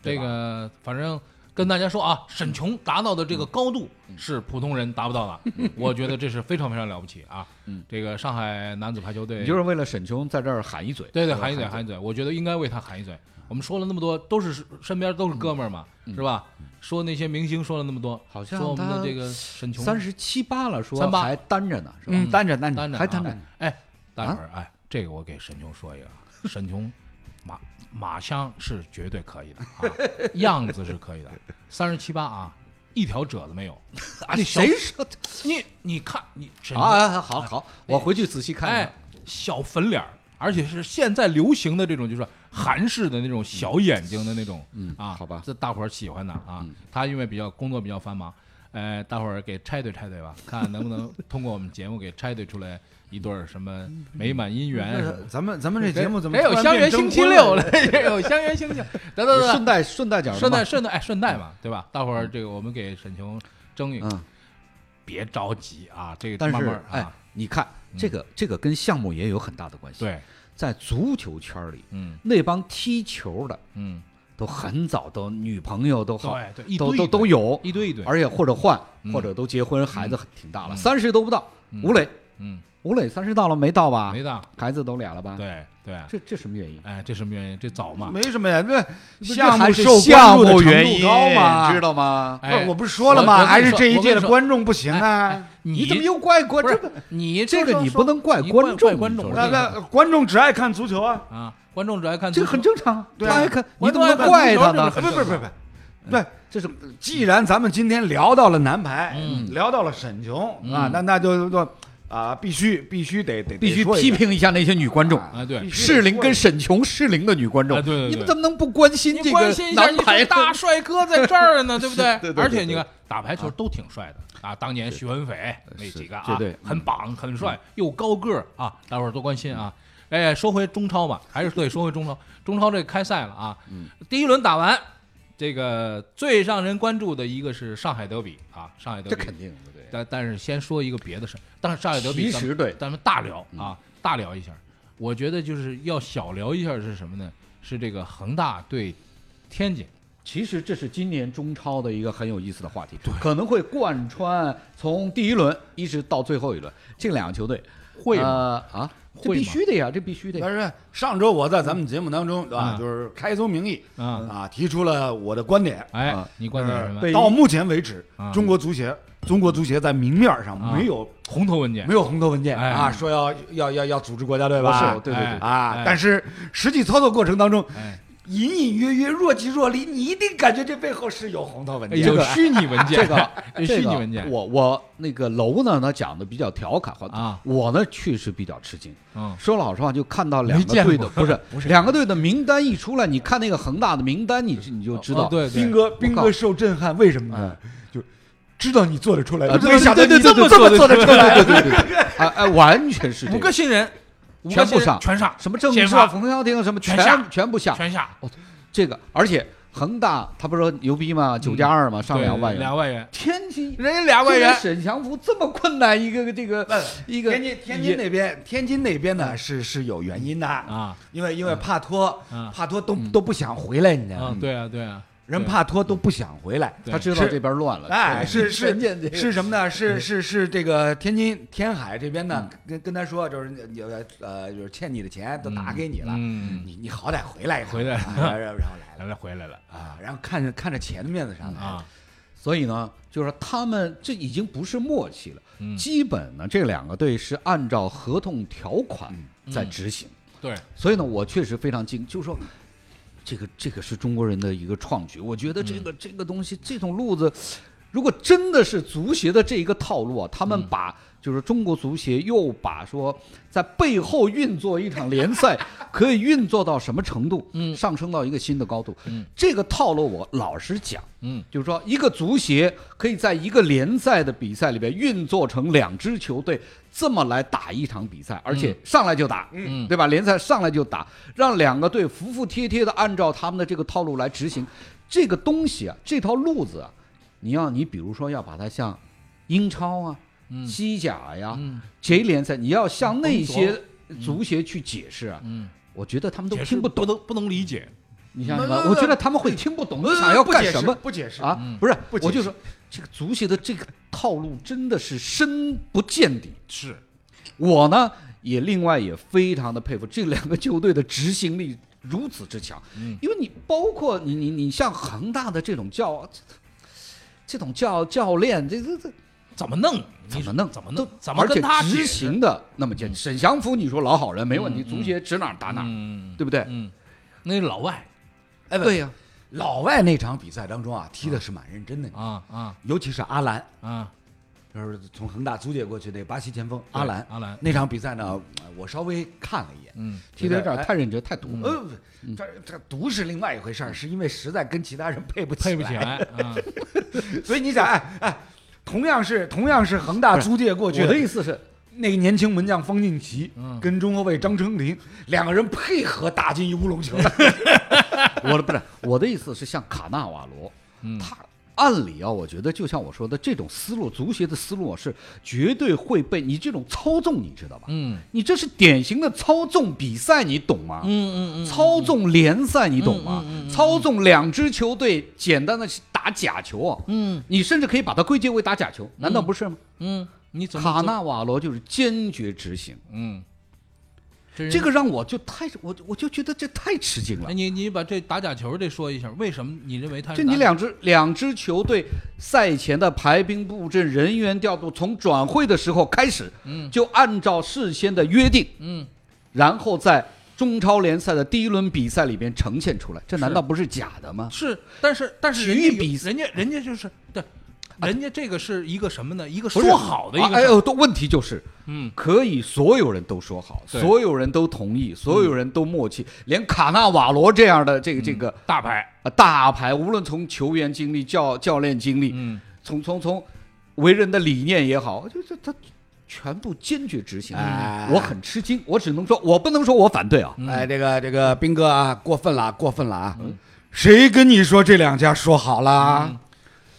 [SPEAKER 6] 对
[SPEAKER 5] 这
[SPEAKER 6] 吧
[SPEAKER 5] 个反正跟大家说啊，沈琼达到的
[SPEAKER 6] 嗯
[SPEAKER 5] 这个高度是普通人达不到的，我觉得这是非常非常了不起啊。
[SPEAKER 6] 嗯
[SPEAKER 5] 这个上海男子排球队，
[SPEAKER 6] 你就是为了沈琼在这儿喊一嘴，
[SPEAKER 5] 对对，
[SPEAKER 6] 吧
[SPEAKER 5] 喊一嘴，喊一嘴，我觉得应该为他喊一嘴。我们说了那么多，都是身边都是哥们儿嘛，是吧？说那些明星说了那么多，
[SPEAKER 6] 嗯好像
[SPEAKER 5] 说我们的
[SPEAKER 6] 他
[SPEAKER 5] 这个沈琼
[SPEAKER 6] 三十七八了，说
[SPEAKER 5] 38
[SPEAKER 6] 还单着呢，是吧？
[SPEAKER 4] 嗯，单着单着，
[SPEAKER 5] 单着
[SPEAKER 6] 还
[SPEAKER 5] 啊
[SPEAKER 6] 单着啊
[SPEAKER 5] 哎，待会儿哎，这个我给沈琼说一个啊，沈琼马马香是绝对可以的啊，样子是可以的，三十七八啊，一条褶子没有。
[SPEAKER 6] 啊，
[SPEAKER 5] 那小
[SPEAKER 6] 谁说的
[SPEAKER 5] 你你看你沈
[SPEAKER 6] 啊
[SPEAKER 5] 琼，
[SPEAKER 6] 啊？啊好好，我回去仔细看
[SPEAKER 5] 哎
[SPEAKER 6] 看。，
[SPEAKER 5] 小粉脸儿，而且是现在流行的这种，就是韩式的那种小眼睛的那种，嗯啊，
[SPEAKER 6] 好吧
[SPEAKER 5] 这大伙儿喜欢的啊。他因为比较工作比较繁忙，呃，大伙儿给拆对拆对吧，看能不能通过我们节目给拆对出来一对儿什么美满姻缘啊什么。
[SPEAKER 4] 咱们咱们这节目怎么
[SPEAKER 5] 没有
[SPEAKER 4] 突然
[SPEAKER 5] 香
[SPEAKER 4] 变
[SPEAKER 5] 园
[SPEAKER 4] 征
[SPEAKER 5] 星期
[SPEAKER 4] 婚
[SPEAKER 5] 六
[SPEAKER 4] 了？
[SPEAKER 5] 了，也 有香园星期，得得
[SPEAKER 6] 你
[SPEAKER 5] 得
[SPEAKER 6] 顺带顺带点儿
[SPEAKER 5] 得，
[SPEAKER 6] 的
[SPEAKER 5] 呃顺带顺带
[SPEAKER 6] 嘛
[SPEAKER 5] 哎顺带嘛，对吧？大伙儿这个我们给沈琼争一个
[SPEAKER 6] 嗯，
[SPEAKER 5] 别着急啊，这个
[SPEAKER 6] 但
[SPEAKER 5] 慢慢
[SPEAKER 6] 是
[SPEAKER 5] 儿
[SPEAKER 6] 哎
[SPEAKER 5] 啊，，
[SPEAKER 6] 你看这个这个跟项目也有很大的关系。，
[SPEAKER 5] 对，
[SPEAKER 6] 在足球圈里，
[SPEAKER 5] 嗯
[SPEAKER 6] 那帮踢球的
[SPEAKER 5] 嗯，
[SPEAKER 6] 都很早都女朋友都好，
[SPEAKER 5] 对对一
[SPEAKER 6] 都
[SPEAKER 5] 堆
[SPEAKER 6] 都
[SPEAKER 5] 一
[SPEAKER 6] 都
[SPEAKER 5] 堆
[SPEAKER 6] 有，
[SPEAKER 5] 一对一对，
[SPEAKER 6] 而且或者换
[SPEAKER 5] 嗯，
[SPEAKER 6] 或者都结婚，孩子很挺大了，三十都不到。吴磊
[SPEAKER 5] 嗯，
[SPEAKER 6] 吴磊三十到了没到吧？
[SPEAKER 5] 没到。
[SPEAKER 6] 孩子都俩了吧？，
[SPEAKER 5] 对对，啊
[SPEAKER 6] 这这什么原因？
[SPEAKER 5] 哎，这什么原因？这早嘛。
[SPEAKER 4] 没什么呀，这
[SPEAKER 6] 这
[SPEAKER 4] 项
[SPEAKER 6] 还
[SPEAKER 4] 目
[SPEAKER 6] 是
[SPEAKER 4] 受
[SPEAKER 6] 项
[SPEAKER 4] 关注的
[SPEAKER 6] 目
[SPEAKER 4] 程
[SPEAKER 6] 原
[SPEAKER 4] 度
[SPEAKER 6] 因，
[SPEAKER 4] 高嘛，
[SPEAKER 6] 知道吗？
[SPEAKER 5] 哎，
[SPEAKER 4] 我不是说了
[SPEAKER 5] 我我
[SPEAKER 4] 吗？
[SPEAKER 5] 跟你
[SPEAKER 4] 还是
[SPEAKER 5] 说
[SPEAKER 4] 这一
[SPEAKER 5] 我跟
[SPEAKER 4] 届
[SPEAKER 5] 你
[SPEAKER 4] 的
[SPEAKER 5] 说
[SPEAKER 4] 观众不行啊。
[SPEAKER 5] 你
[SPEAKER 6] 怎么又怪观
[SPEAKER 5] 不是
[SPEAKER 6] 这不
[SPEAKER 5] 你
[SPEAKER 6] 这个
[SPEAKER 5] 个
[SPEAKER 6] 你不能怪
[SPEAKER 5] 你
[SPEAKER 6] 观
[SPEAKER 5] 怪
[SPEAKER 6] 众，
[SPEAKER 5] 怪观众
[SPEAKER 6] 你知
[SPEAKER 5] 我
[SPEAKER 6] 道
[SPEAKER 4] 那
[SPEAKER 6] 吗
[SPEAKER 5] 跟你
[SPEAKER 4] 那观众只爱看足球啊，
[SPEAKER 5] 啊，观众只爱看
[SPEAKER 6] 这
[SPEAKER 5] 足
[SPEAKER 6] 个
[SPEAKER 5] 球
[SPEAKER 6] 很正常，
[SPEAKER 4] 对啊
[SPEAKER 6] 他爱看，你
[SPEAKER 5] 观
[SPEAKER 6] 怎
[SPEAKER 5] 众
[SPEAKER 6] 么
[SPEAKER 5] 爱看
[SPEAKER 6] 能怪
[SPEAKER 5] 足
[SPEAKER 6] 他
[SPEAKER 5] 球这
[SPEAKER 6] 呢
[SPEAKER 5] 是？
[SPEAKER 4] 不
[SPEAKER 5] 很
[SPEAKER 4] 不
[SPEAKER 5] 正
[SPEAKER 4] 不
[SPEAKER 5] 常
[SPEAKER 4] 不不，
[SPEAKER 6] 这是
[SPEAKER 4] 既然咱们今天聊到了南排，
[SPEAKER 5] 嗯
[SPEAKER 4] 聊到了沈琼
[SPEAKER 5] 嗯
[SPEAKER 4] 啊，那那就就啊，必须必须得得
[SPEAKER 6] 必须
[SPEAKER 4] 得说
[SPEAKER 6] 批
[SPEAKER 4] 一下
[SPEAKER 6] 评一下那些女观众。
[SPEAKER 5] 啊，对，
[SPEAKER 6] 适龄跟沈琼适龄的女观众，
[SPEAKER 5] 哎对对对
[SPEAKER 6] 你们怎么能不关心
[SPEAKER 5] 你
[SPEAKER 6] 这
[SPEAKER 5] 关
[SPEAKER 6] 个
[SPEAKER 5] 心一下，
[SPEAKER 6] 男
[SPEAKER 5] 你
[SPEAKER 6] 排
[SPEAKER 5] 这大
[SPEAKER 6] 呢？
[SPEAKER 5] 帅哥在这儿呢，对不对？
[SPEAKER 6] 对对对
[SPEAKER 5] 而且你看打排球都挺帅的啊，当年徐文斐那几个
[SPEAKER 6] 绝
[SPEAKER 5] 啊
[SPEAKER 6] 对，嗯
[SPEAKER 5] 很棒，很帅，又高个儿啊，大伙儿都关心啊。哎，说回中超吧，还是对，说回中超，中超这开赛了啊，
[SPEAKER 6] 嗯
[SPEAKER 5] 第一轮打完。这个最让人关注的一个是上海德比啊，上海德
[SPEAKER 6] 这
[SPEAKER 5] 比
[SPEAKER 6] 肯定的，对。
[SPEAKER 5] 但但是先说一个别的事儿，但是上海德比
[SPEAKER 6] 其
[SPEAKER 5] 咱们
[SPEAKER 6] 实对嗯
[SPEAKER 5] 咱们大聊啊，大聊一下。我觉得就是要小聊一下是什么呢？是这个恒大对天津，
[SPEAKER 6] 其实这是今年中超的一个很有意思的话题，可能会贯穿从第一轮一直到最后一轮，这两个球队
[SPEAKER 5] 会吗
[SPEAKER 6] 呃啊，这
[SPEAKER 5] 会
[SPEAKER 6] 必
[SPEAKER 5] 吗
[SPEAKER 6] 须的呀，这必须的呀
[SPEAKER 4] 但。是上周我在咱们节目当中啊，
[SPEAKER 5] 嗯
[SPEAKER 4] 就是开宗明义
[SPEAKER 5] 嗯
[SPEAKER 4] 啊，提出了我的观点。呃
[SPEAKER 5] 哎，
[SPEAKER 6] 啊
[SPEAKER 5] 你观点是什么？
[SPEAKER 6] 被
[SPEAKER 4] 到目前为止
[SPEAKER 5] 啊，
[SPEAKER 4] 中国足协中国足协在明面上
[SPEAKER 5] 啊
[SPEAKER 4] 没有
[SPEAKER 5] 红头文件
[SPEAKER 4] 没有红头文件
[SPEAKER 5] 哎
[SPEAKER 4] 啊，说要要要要组织国家队吧？
[SPEAKER 6] 不是对对对
[SPEAKER 4] 啊
[SPEAKER 5] 哎，
[SPEAKER 4] 但是实际操作过程当中，
[SPEAKER 5] 哎，
[SPEAKER 4] 隐隐约约、若即若离，你一定感觉这背后是有红头文件
[SPEAKER 5] 有
[SPEAKER 4] 的。
[SPEAKER 5] 哎虚拟文件，啊
[SPEAKER 6] 这个
[SPEAKER 5] 有
[SPEAKER 6] 这
[SPEAKER 5] 虚
[SPEAKER 6] 个
[SPEAKER 5] 拟文件，
[SPEAKER 6] 我我那个楼呢，他讲的比较调侃话
[SPEAKER 5] 啊
[SPEAKER 6] 我呢确实比较吃惊。
[SPEAKER 5] 嗯
[SPEAKER 6] 说老实话，就看到两
[SPEAKER 5] 没
[SPEAKER 6] 个
[SPEAKER 5] 见
[SPEAKER 6] 队的
[SPEAKER 5] 过
[SPEAKER 6] 不是两个队的名单一出来，你看那个恒大的名单，你你就知道
[SPEAKER 5] 哦对对嗯
[SPEAKER 4] 斌哥，斌
[SPEAKER 6] 我靠
[SPEAKER 4] 哥受震撼，为什么呢？就知道你做得出来
[SPEAKER 5] 呃
[SPEAKER 6] 啊，对
[SPEAKER 4] 没想到
[SPEAKER 6] 对
[SPEAKER 4] 你
[SPEAKER 6] 对对
[SPEAKER 4] 这
[SPEAKER 6] 对
[SPEAKER 4] 么
[SPEAKER 6] 对
[SPEAKER 4] 这么做得出来。
[SPEAKER 6] 对对对对，哎哎，完全是这
[SPEAKER 5] 五个
[SPEAKER 6] 个，
[SPEAKER 5] 新人，五个
[SPEAKER 6] 全
[SPEAKER 5] 新
[SPEAKER 6] 部
[SPEAKER 5] 人
[SPEAKER 6] 上，啊
[SPEAKER 5] 全上，
[SPEAKER 6] 什么郑
[SPEAKER 5] 先
[SPEAKER 6] 硕、
[SPEAKER 5] 发
[SPEAKER 6] 冯潇霆什么
[SPEAKER 5] 全下
[SPEAKER 6] 全部下，
[SPEAKER 5] 全下，
[SPEAKER 6] 这个而且恒大他不是说牛逼吗？九加二嘛，
[SPEAKER 5] 嗯
[SPEAKER 6] 上
[SPEAKER 5] 对
[SPEAKER 6] 两万元
[SPEAKER 5] 两。万元，
[SPEAKER 6] 天津
[SPEAKER 5] 人家两万
[SPEAKER 6] 这
[SPEAKER 5] 元
[SPEAKER 6] 个，沈祥福这么困难一个这个一个
[SPEAKER 4] 天津天津那边，天津那边呢是是有原因的
[SPEAKER 5] 啊，
[SPEAKER 4] 因为因为帕托
[SPEAKER 5] 嗯，
[SPEAKER 4] 帕托都都不想回来，你知道
[SPEAKER 5] 啊
[SPEAKER 4] 吗，？
[SPEAKER 5] 对啊对啊，
[SPEAKER 4] 人
[SPEAKER 5] 对
[SPEAKER 4] 帕托都不想回来，
[SPEAKER 5] 对
[SPEAKER 6] 他知道
[SPEAKER 4] 是
[SPEAKER 6] 这边乱了，
[SPEAKER 4] 哎，
[SPEAKER 6] 对
[SPEAKER 4] 是是
[SPEAKER 6] 人家这个
[SPEAKER 4] 是什么呢？是是是这个天津天海这边呢，跟跟他说就是
[SPEAKER 6] 嗯
[SPEAKER 4] 你呃就是欠你的钱都打给你了，
[SPEAKER 5] 嗯，
[SPEAKER 4] 你你好歹回来一趟，
[SPEAKER 5] 回来
[SPEAKER 4] 啊然后然后来
[SPEAKER 5] 来
[SPEAKER 4] 了
[SPEAKER 5] 来回来了
[SPEAKER 4] 啊，然后看着看着钱的面子上来了，
[SPEAKER 5] 啊，
[SPEAKER 6] 所以呢，就是说他们这已经不是默契了，
[SPEAKER 5] 嗯
[SPEAKER 6] 基本呢这两个队是按照合同条款
[SPEAKER 4] 嗯
[SPEAKER 6] 在
[SPEAKER 5] 嗯
[SPEAKER 6] 执行。
[SPEAKER 5] 对，
[SPEAKER 6] 所以呢，我确实非常惊，就是说，
[SPEAKER 5] 嗯
[SPEAKER 6] 这个这个是中国人的一个创举。我觉得这
[SPEAKER 5] 嗯
[SPEAKER 6] 个、这个东西，这种路子，如果真的是足协的这一个套路啊，他
[SPEAKER 5] 嗯
[SPEAKER 6] 们把、就是中国足协又把说在背后运作一场联 赛，可以运作到什么程度？
[SPEAKER 5] 嗯
[SPEAKER 6] 上升到一个新的高度。
[SPEAKER 5] 嗯，
[SPEAKER 6] 这个套路我老实讲。
[SPEAKER 5] 嗯
[SPEAKER 6] 就是说，一个足协可以在一个联赛的比赛里边运作成两支球队，这么来打一场比赛，而且上来就打，
[SPEAKER 5] 嗯
[SPEAKER 6] 对吧？联赛上来就打，让两个队服服帖帖的按照他们的这个套路来执行，这个东西啊，这套路子啊，你要你比如说要把它像英超啊、
[SPEAKER 5] 嗯
[SPEAKER 6] 西甲呀、
[SPEAKER 5] 嗯
[SPEAKER 6] J 联赛，你要向
[SPEAKER 5] 工
[SPEAKER 6] 那些足协去解释啊，
[SPEAKER 5] 嗯，
[SPEAKER 6] 我觉得他们都
[SPEAKER 5] 解释
[SPEAKER 6] 听不懂。
[SPEAKER 5] 不能不能理解，
[SPEAKER 6] 你想想
[SPEAKER 4] 不
[SPEAKER 6] 吧，
[SPEAKER 4] 不
[SPEAKER 6] 我
[SPEAKER 4] 不
[SPEAKER 6] 觉得他们会听不懂你
[SPEAKER 4] 不
[SPEAKER 6] 想要
[SPEAKER 4] 不
[SPEAKER 6] 干
[SPEAKER 4] 解释
[SPEAKER 6] 什么。
[SPEAKER 4] 不解释
[SPEAKER 6] 啊，
[SPEAKER 5] 嗯
[SPEAKER 6] 不是，
[SPEAKER 4] 不解
[SPEAKER 6] 我就
[SPEAKER 4] 释
[SPEAKER 6] 说这个足协的这个套路真的是深不见底。
[SPEAKER 5] 是
[SPEAKER 6] 我呢也另外也非常的佩服这两个球队的执行力如此之强，
[SPEAKER 5] 嗯
[SPEAKER 6] 因为你包括你你你像恒大的这种教，这种教教练这这这
[SPEAKER 5] 怎么弄？
[SPEAKER 6] 怎
[SPEAKER 5] 你
[SPEAKER 6] 么弄
[SPEAKER 5] 怎么弄？怎么
[SPEAKER 6] 而且
[SPEAKER 5] 跟他
[SPEAKER 6] 执
[SPEAKER 5] 解释？
[SPEAKER 6] 行的那么简，沈祥福你说老好人没问题，
[SPEAKER 5] 嗯
[SPEAKER 6] 足协指哪儿打哪儿，
[SPEAKER 5] 嗯，
[SPEAKER 6] 对不对？
[SPEAKER 5] 嗯，那是老外
[SPEAKER 4] 哎，不
[SPEAKER 6] 对呀，
[SPEAKER 4] 老外那场比赛当中啊，踢的是蛮认真的，
[SPEAKER 5] 啊啊
[SPEAKER 4] 尤其是阿兰，
[SPEAKER 5] 啊，
[SPEAKER 4] 就是从恒大租借过去那巴西前锋
[SPEAKER 5] 对
[SPEAKER 4] 阿兰。
[SPEAKER 5] 阿兰
[SPEAKER 4] 那场比赛呢，呃我稍微看了一眼，
[SPEAKER 5] 嗯，
[SPEAKER 6] 踢得有点太认真太毒了。
[SPEAKER 4] 呃，这这毒是另外一回事儿，是因为实在跟其他人配不
[SPEAKER 5] 配不起来啊，
[SPEAKER 4] 所以你想，哎哎，同样是同样是恒大租借过去
[SPEAKER 6] 我的意思是，
[SPEAKER 4] 那个年轻门将方靖琪
[SPEAKER 5] 嗯
[SPEAKER 4] 跟中后卫张成林两个人配合打进一乌龙球，
[SPEAKER 6] 我的不是我的意思是，像卡纳瓦罗，
[SPEAKER 5] 嗯
[SPEAKER 6] 他按理啊，我觉得就像我说的，这种思路，足协的思路啊是绝对会被你这种操纵，你知道吧？
[SPEAKER 5] 嗯
[SPEAKER 6] 你这是典型的操纵比赛，你懂吗？
[SPEAKER 5] 嗯嗯嗯，
[SPEAKER 6] 操纵联赛，你懂吗？操纵两支球队，简单的是打假球啊！
[SPEAKER 5] 嗯
[SPEAKER 6] 你甚至可以把它归结为打假球，难道不是吗？
[SPEAKER 5] 嗯你怎么
[SPEAKER 6] 卡纳瓦罗就是坚决执行，
[SPEAKER 5] 嗯，这
[SPEAKER 6] 这个让我就太我我就觉得这太吃惊了
[SPEAKER 5] 哎，。你你把这打假球这说一下，为什么你认为他是
[SPEAKER 6] 就你
[SPEAKER 5] 打
[SPEAKER 6] 两支两支球队赛前的排兵布阵、人员调度，从转会的时候开始，
[SPEAKER 5] 嗯
[SPEAKER 6] 就按照事先的约定，
[SPEAKER 5] 嗯
[SPEAKER 6] 然后在中超联赛的第一轮比赛里边呈现出来，这难道不是假的吗？
[SPEAKER 5] 是，但是但是
[SPEAKER 6] 体
[SPEAKER 5] 人
[SPEAKER 6] 育
[SPEAKER 5] 家有
[SPEAKER 6] 比赛
[SPEAKER 5] 人家人家就是对，人家这个是一个什么呢？一个
[SPEAKER 6] 不是
[SPEAKER 5] 说好的一
[SPEAKER 6] 啊
[SPEAKER 5] 个
[SPEAKER 6] 哎
[SPEAKER 5] 事儿，
[SPEAKER 6] 呦，都问题就是
[SPEAKER 5] 嗯，
[SPEAKER 6] 可以所有人都说好，
[SPEAKER 5] 对
[SPEAKER 6] 所有人都同意，所有人都默契，连卡纳瓦罗这样的这个这个
[SPEAKER 5] 大牌，
[SPEAKER 6] 呃大牌，无论从球员经历、教教练经历，
[SPEAKER 5] 嗯，
[SPEAKER 6] 从从从为人的理念也好，就就他全部坚决执行，
[SPEAKER 4] 哎
[SPEAKER 6] 我很吃惊，我只能说，我不能说我反对啊，
[SPEAKER 4] 哎，这个这个斌哥啊，过分了啊，过分了啊！谁跟你说这两家说好了啊？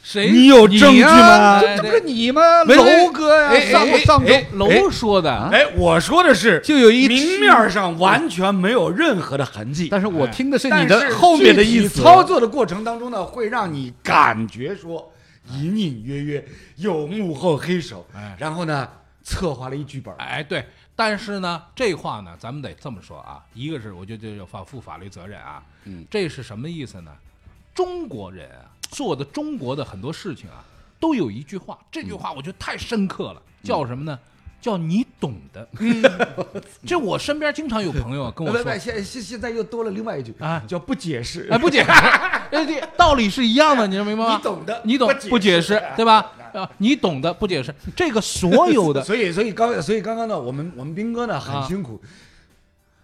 [SPEAKER 5] 谁
[SPEAKER 4] 你有证据吗
[SPEAKER 5] 哎你呀
[SPEAKER 6] 这这不是
[SPEAKER 5] 对
[SPEAKER 6] 你吗？
[SPEAKER 4] 喂喂
[SPEAKER 6] 楼哥呀，
[SPEAKER 4] 哎哎
[SPEAKER 6] 上
[SPEAKER 4] 哎
[SPEAKER 6] 上周
[SPEAKER 4] 哎
[SPEAKER 5] 楼说的，
[SPEAKER 4] 哎，我说的是，
[SPEAKER 6] 就有一
[SPEAKER 4] 明面上完全没有任何的痕迹，
[SPEAKER 6] 但是我
[SPEAKER 5] 哎
[SPEAKER 6] 听的是
[SPEAKER 4] 但
[SPEAKER 6] 你的
[SPEAKER 4] 是
[SPEAKER 6] 后面的意
[SPEAKER 4] 具
[SPEAKER 6] 思，
[SPEAKER 4] 体操作的过程当中呢，会让你感觉说隐隐约约有幕后黑手，
[SPEAKER 5] 哎
[SPEAKER 4] 然后呢策划了一剧本。
[SPEAKER 5] 哎，对，但是呢，这话呢，咱们得这么说啊，一个是我觉得要法负法律责任啊，嗯，这是什么意思呢？中国人啊，做的中国的很多事情啊，都有一句话，这
[SPEAKER 4] 嗯
[SPEAKER 5] 句话我觉得太深刻了，叫什么呢？叫你懂的。
[SPEAKER 4] 嗯
[SPEAKER 5] 这我身边经常有朋友 跟我
[SPEAKER 4] 拜
[SPEAKER 5] 说
[SPEAKER 4] 拜，，哎现现现在又多了另外一句
[SPEAKER 5] 啊
[SPEAKER 4] 叫不解释，
[SPEAKER 5] 哎，不解释， 哎，这道理是一样的，你明白吗？
[SPEAKER 4] 你懂的
[SPEAKER 5] 啊你懂
[SPEAKER 4] 不解释
[SPEAKER 5] 不解释，对 吧？啊，你懂的不解释，这个所有的
[SPEAKER 4] 所以所以刚所以刚刚呢，我们我们斌哥呢很
[SPEAKER 5] 啊
[SPEAKER 4] 辛苦，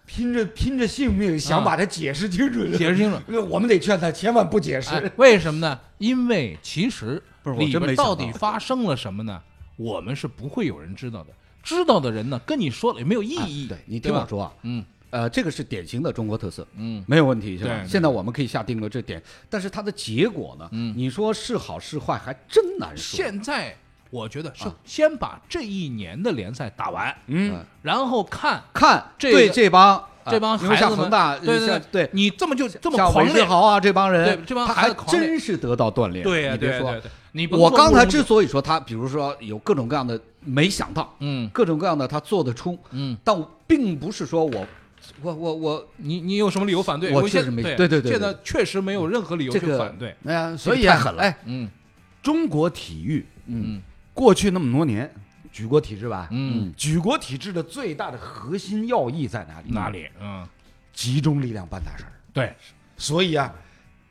[SPEAKER 4] 拼着拼着性命想
[SPEAKER 5] 啊
[SPEAKER 4] 把它解释清楚，
[SPEAKER 5] 解释清 楚。
[SPEAKER 4] 楚，我们得劝他千万不解
[SPEAKER 5] 哎
[SPEAKER 4] 释。，
[SPEAKER 5] 为什么呢？因为其实
[SPEAKER 6] 不是我
[SPEAKER 5] 里
[SPEAKER 6] 真没
[SPEAKER 5] 边
[SPEAKER 6] 想到
[SPEAKER 5] 到底发生了什么呢？我们是不会有人知道的。知道的人呢，跟你说了也没有意
[SPEAKER 6] 啊
[SPEAKER 5] 义。
[SPEAKER 6] 对你听我
[SPEAKER 5] 吧，
[SPEAKER 6] 说啊，
[SPEAKER 5] 嗯
[SPEAKER 6] 呃，这个是典型的中国特色，
[SPEAKER 5] 嗯，
[SPEAKER 6] 没有问题，是吧
[SPEAKER 5] 对？对
[SPEAKER 6] 现在我们可以下定论这点，但是它的结果呢？
[SPEAKER 5] 嗯
[SPEAKER 6] 你说是好是坏，还真难说。
[SPEAKER 5] 现在我觉得是先把这一年的联赛打完，
[SPEAKER 6] 嗯，
[SPEAKER 5] 然后看
[SPEAKER 6] 看
[SPEAKER 5] 这个
[SPEAKER 6] 对这帮啊
[SPEAKER 5] 这帮
[SPEAKER 6] 宁
[SPEAKER 5] 孩
[SPEAKER 6] 夏
[SPEAKER 5] 子
[SPEAKER 6] 恒
[SPEAKER 5] 们，
[SPEAKER 6] 大，
[SPEAKER 5] 对对
[SPEAKER 6] 像对，
[SPEAKER 5] 你这么就这么
[SPEAKER 6] 像
[SPEAKER 5] 狂
[SPEAKER 6] 韦世
[SPEAKER 5] 烈，
[SPEAKER 6] 豪啊这帮人，
[SPEAKER 5] 对这帮
[SPEAKER 6] 他
[SPEAKER 5] 孩
[SPEAKER 6] 还
[SPEAKER 5] 子狂烈
[SPEAKER 6] 真是得到锻炼。
[SPEAKER 5] 对呀
[SPEAKER 6] 你
[SPEAKER 5] 对
[SPEAKER 6] 别
[SPEAKER 5] 呀
[SPEAKER 6] 说
[SPEAKER 5] 对呀，对呀，你不能
[SPEAKER 6] 我
[SPEAKER 5] 说
[SPEAKER 6] 刚
[SPEAKER 5] 不
[SPEAKER 6] 才
[SPEAKER 5] 如
[SPEAKER 6] 之所以说他，比如说有各种各样的没想到，
[SPEAKER 5] 嗯
[SPEAKER 6] 各种各样的他做得出，
[SPEAKER 5] 嗯，
[SPEAKER 6] 但我并不是说我我我我
[SPEAKER 5] 你你有什么理由反对？
[SPEAKER 6] 我
[SPEAKER 5] 现
[SPEAKER 6] 确实没
[SPEAKER 5] 对
[SPEAKER 6] 对对对
[SPEAKER 5] 现在确实没有任何理由
[SPEAKER 6] 这
[SPEAKER 5] 去
[SPEAKER 6] 个
[SPEAKER 5] 反对。
[SPEAKER 4] 哎呀，
[SPEAKER 6] 所以啊太狠了
[SPEAKER 4] 哎，
[SPEAKER 5] 嗯
[SPEAKER 4] 中国体育
[SPEAKER 5] 嗯
[SPEAKER 4] 过去那么多年，举国体制吧，
[SPEAKER 5] 嗯，
[SPEAKER 4] 举国体制的最大的核心要义在哪里？
[SPEAKER 5] 哪？里？嗯，
[SPEAKER 4] 集中力量办大事儿。
[SPEAKER 5] 对，
[SPEAKER 4] 所以啊，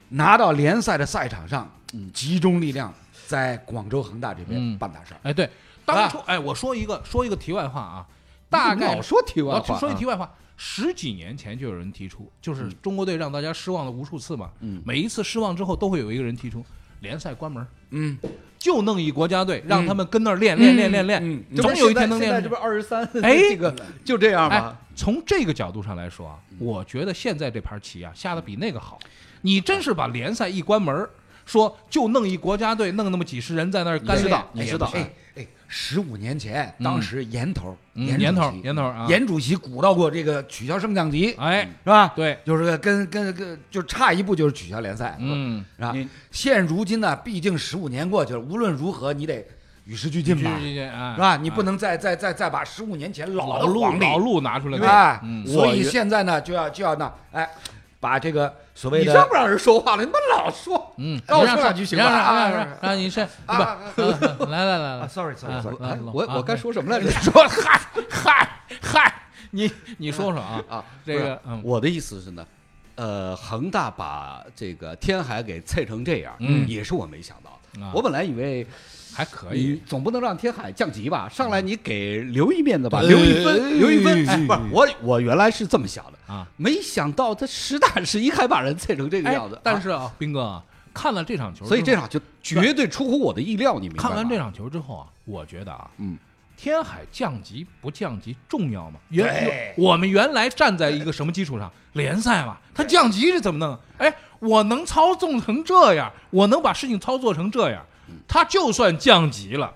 [SPEAKER 4] 拿到联赛的赛场上，集中力量在广州恒大这边
[SPEAKER 5] 嗯
[SPEAKER 4] 办大事儿。
[SPEAKER 5] 哎，对，当初哎，我说一个说一个题外话啊，大概
[SPEAKER 6] 啊老说题外
[SPEAKER 5] 我
[SPEAKER 6] 话啊，
[SPEAKER 5] 说一题外话，十几年前就有人提出，就是中国队让大家失望了无数次嘛，
[SPEAKER 6] 嗯
[SPEAKER 5] 每一次失望之后都会有一个人提出联赛关门，
[SPEAKER 4] 嗯，
[SPEAKER 5] 就弄一国家队，让他们跟那儿练练练练
[SPEAKER 4] 嗯
[SPEAKER 5] 练，
[SPEAKER 4] 嗯
[SPEAKER 6] 这不
[SPEAKER 5] 总
[SPEAKER 6] 是
[SPEAKER 5] 有一
[SPEAKER 6] 现在
[SPEAKER 5] 天能
[SPEAKER 6] 现在
[SPEAKER 5] 练
[SPEAKER 6] 这
[SPEAKER 5] 出
[SPEAKER 6] 不。是二十三，
[SPEAKER 5] 哎
[SPEAKER 6] 这个嗯就这样
[SPEAKER 5] 哎
[SPEAKER 6] 吧。，
[SPEAKER 5] 从这个角度上来说啊，我觉得现在这盘棋啊下的比那个好。你真是把联赛一关门儿，说就弄一国家队，弄那么几十人在那儿干
[SPEAKER 6] 知道
[SPEAKER 5] 练，
[SPEAKER 6] 你知道
[SPEAKER 4] 哎哎，十五年前，
[SPEAKER 5] 嗯
[SPEAKER 4] 当时严头，
[SPEAKER 5] 嗯
[SPEAKER 4] 严
[SPEAKER 5] 严
[SPEAKER 4] 主
[SPEAKER 5] 头
[SPEAKER 4] 席
[SPEAKER 5] 严头啊
[SPEAKER 4] 严主席鼓捣过这个取消升降
[SPEAKER 6] 嗯
[SPEAKER 4] 级，
[SPEAKER 5] 哎，
[SPEAKER 4] 是吧？
[SPEAKER 5] 对，
[SPEAKER 4] 就是跟跟跟，就差一步就是取消联赛，
[SPEAKER 5] 嗯，
[SPEAKER 4] 是吧
[SPEAKER 6] 你？
[SPEAKER 4] 现如今呢，毕竟十五年过去了，无论如何你得与时俱进
[SPEAKER 6] 嗯
[SPEAKER 5] 是
[SPEAKER 4] 吧，是
[SPEAKER 5] 是
[SPEAKER 4] 吧？你不能再再再再把十五年前老
[SPEAKER 5] 啊老
[SPEAKER 4] 的
[SPEAKER 5] 路
[SPEAKER 4] 黄历
[SPEAKER 5] 老路拿出来
[SPEAKER 4] 哎
[SPEAKER 5] 看，嗯，
[SPEAKER 4] 所
[SPEAKER 6] 我
[SPEAKER 4] 以
[SPEAKER 6] 原
[SPEAKER 4] 现在呢，就要就要呢，哎，把这个所谓
[SPEAKER 6] 你
[SPEAKER 4] 的
[SPEAKER 6] 让不让人说话了？你们老说，
[SPEAKER 5] 嗯，
[SPEAKER 6] 让我
[SPEAKER 5] 你
[SPEAKER 6] 说
[SPEAKER 5] 让
[SPEAKER 6] 两句行
[SPEAKER 5] 吧？
[SPEAKER 6] 吧？哎
[SPEAKER 5] 让让
[SPEAKER 6] 啊
[SPEAKER 5] 让让你是不
[SPEAKER 4] 啊啊
[SPEAKER 5] 呃来来来来
[SPEAKER 4] ，sorry
[SPEAKER 5] 啊
[SPEAKER 4] sorry sorry，
[SPEAKER 5] 啊
[SPEAKER 6] 哎
[SPEAKER 5] 老
[SPEAKER 6] 我
[SPEAKER 5] 啊
[SPEAKER 6] 我该
[SPEAKER 5] 对
[SPEAKER 6] 说什么来着？
[SPEAKER 5] 说嗨嗨嗨，你你说说啊
[SPEAKER 6] 啊，
[SPEAKER 5] 这
[SPEAKER 6] 不是
[SPEAKER 5] 个嗯
[SPEAKER 6] 我的意思是呢，呃，恒大把这个天海给菜成这样，
[SPEAKER 5] 嗯
[SPEAKER 6] 也是我没想到的。
[SPEAKER 5] 啊
[SPEAKER 6] 我本来以为
[SPEAKER 5] 还可
[SPEAKER 6] 你
[SPEAKER 5] 以，啊
[SPEAKER 6] 总不能让天海降级吧，上来你给留一面子
[SPEAKER 5] 哎
[SPEAKER 6] 吧，
[SPEAKER 4] 对
[SPEAKER 6] 留一分，留一分。
[SPEAKER 4] 哎
[SPEAKER 6] 哎不是我我原来是这么想的
[SPEAKER 5] 啊，
[SPEAKER 6] 没想到他实打实一开把人菜成这个
[SPEAKER 5] 哎
[SPEAKER 6] 样子。
[SPEAKER 5] 但
[SPEAKER 6] 啊
[SPEAKER 5] 是啊，斌哥啊，看了这场球之后，
[SPEAKER 6] 所以这场就绝对出乎我的意料，你明白吗？
[SPEAKER 5] 看完这场球之后啊，我觉得啊，
[SPEAKER 6] 嗯。
[SPEAKER 5] 天海降级不降级重要吗？原我们原来站在一个什么基础上？联赛嘛，他降级是怎么弄？哎，我能操纵成这样，我能把事情操作成这样，
[SPEAKER 6] 嗯
[SPEAKER 5] 他就算降级了，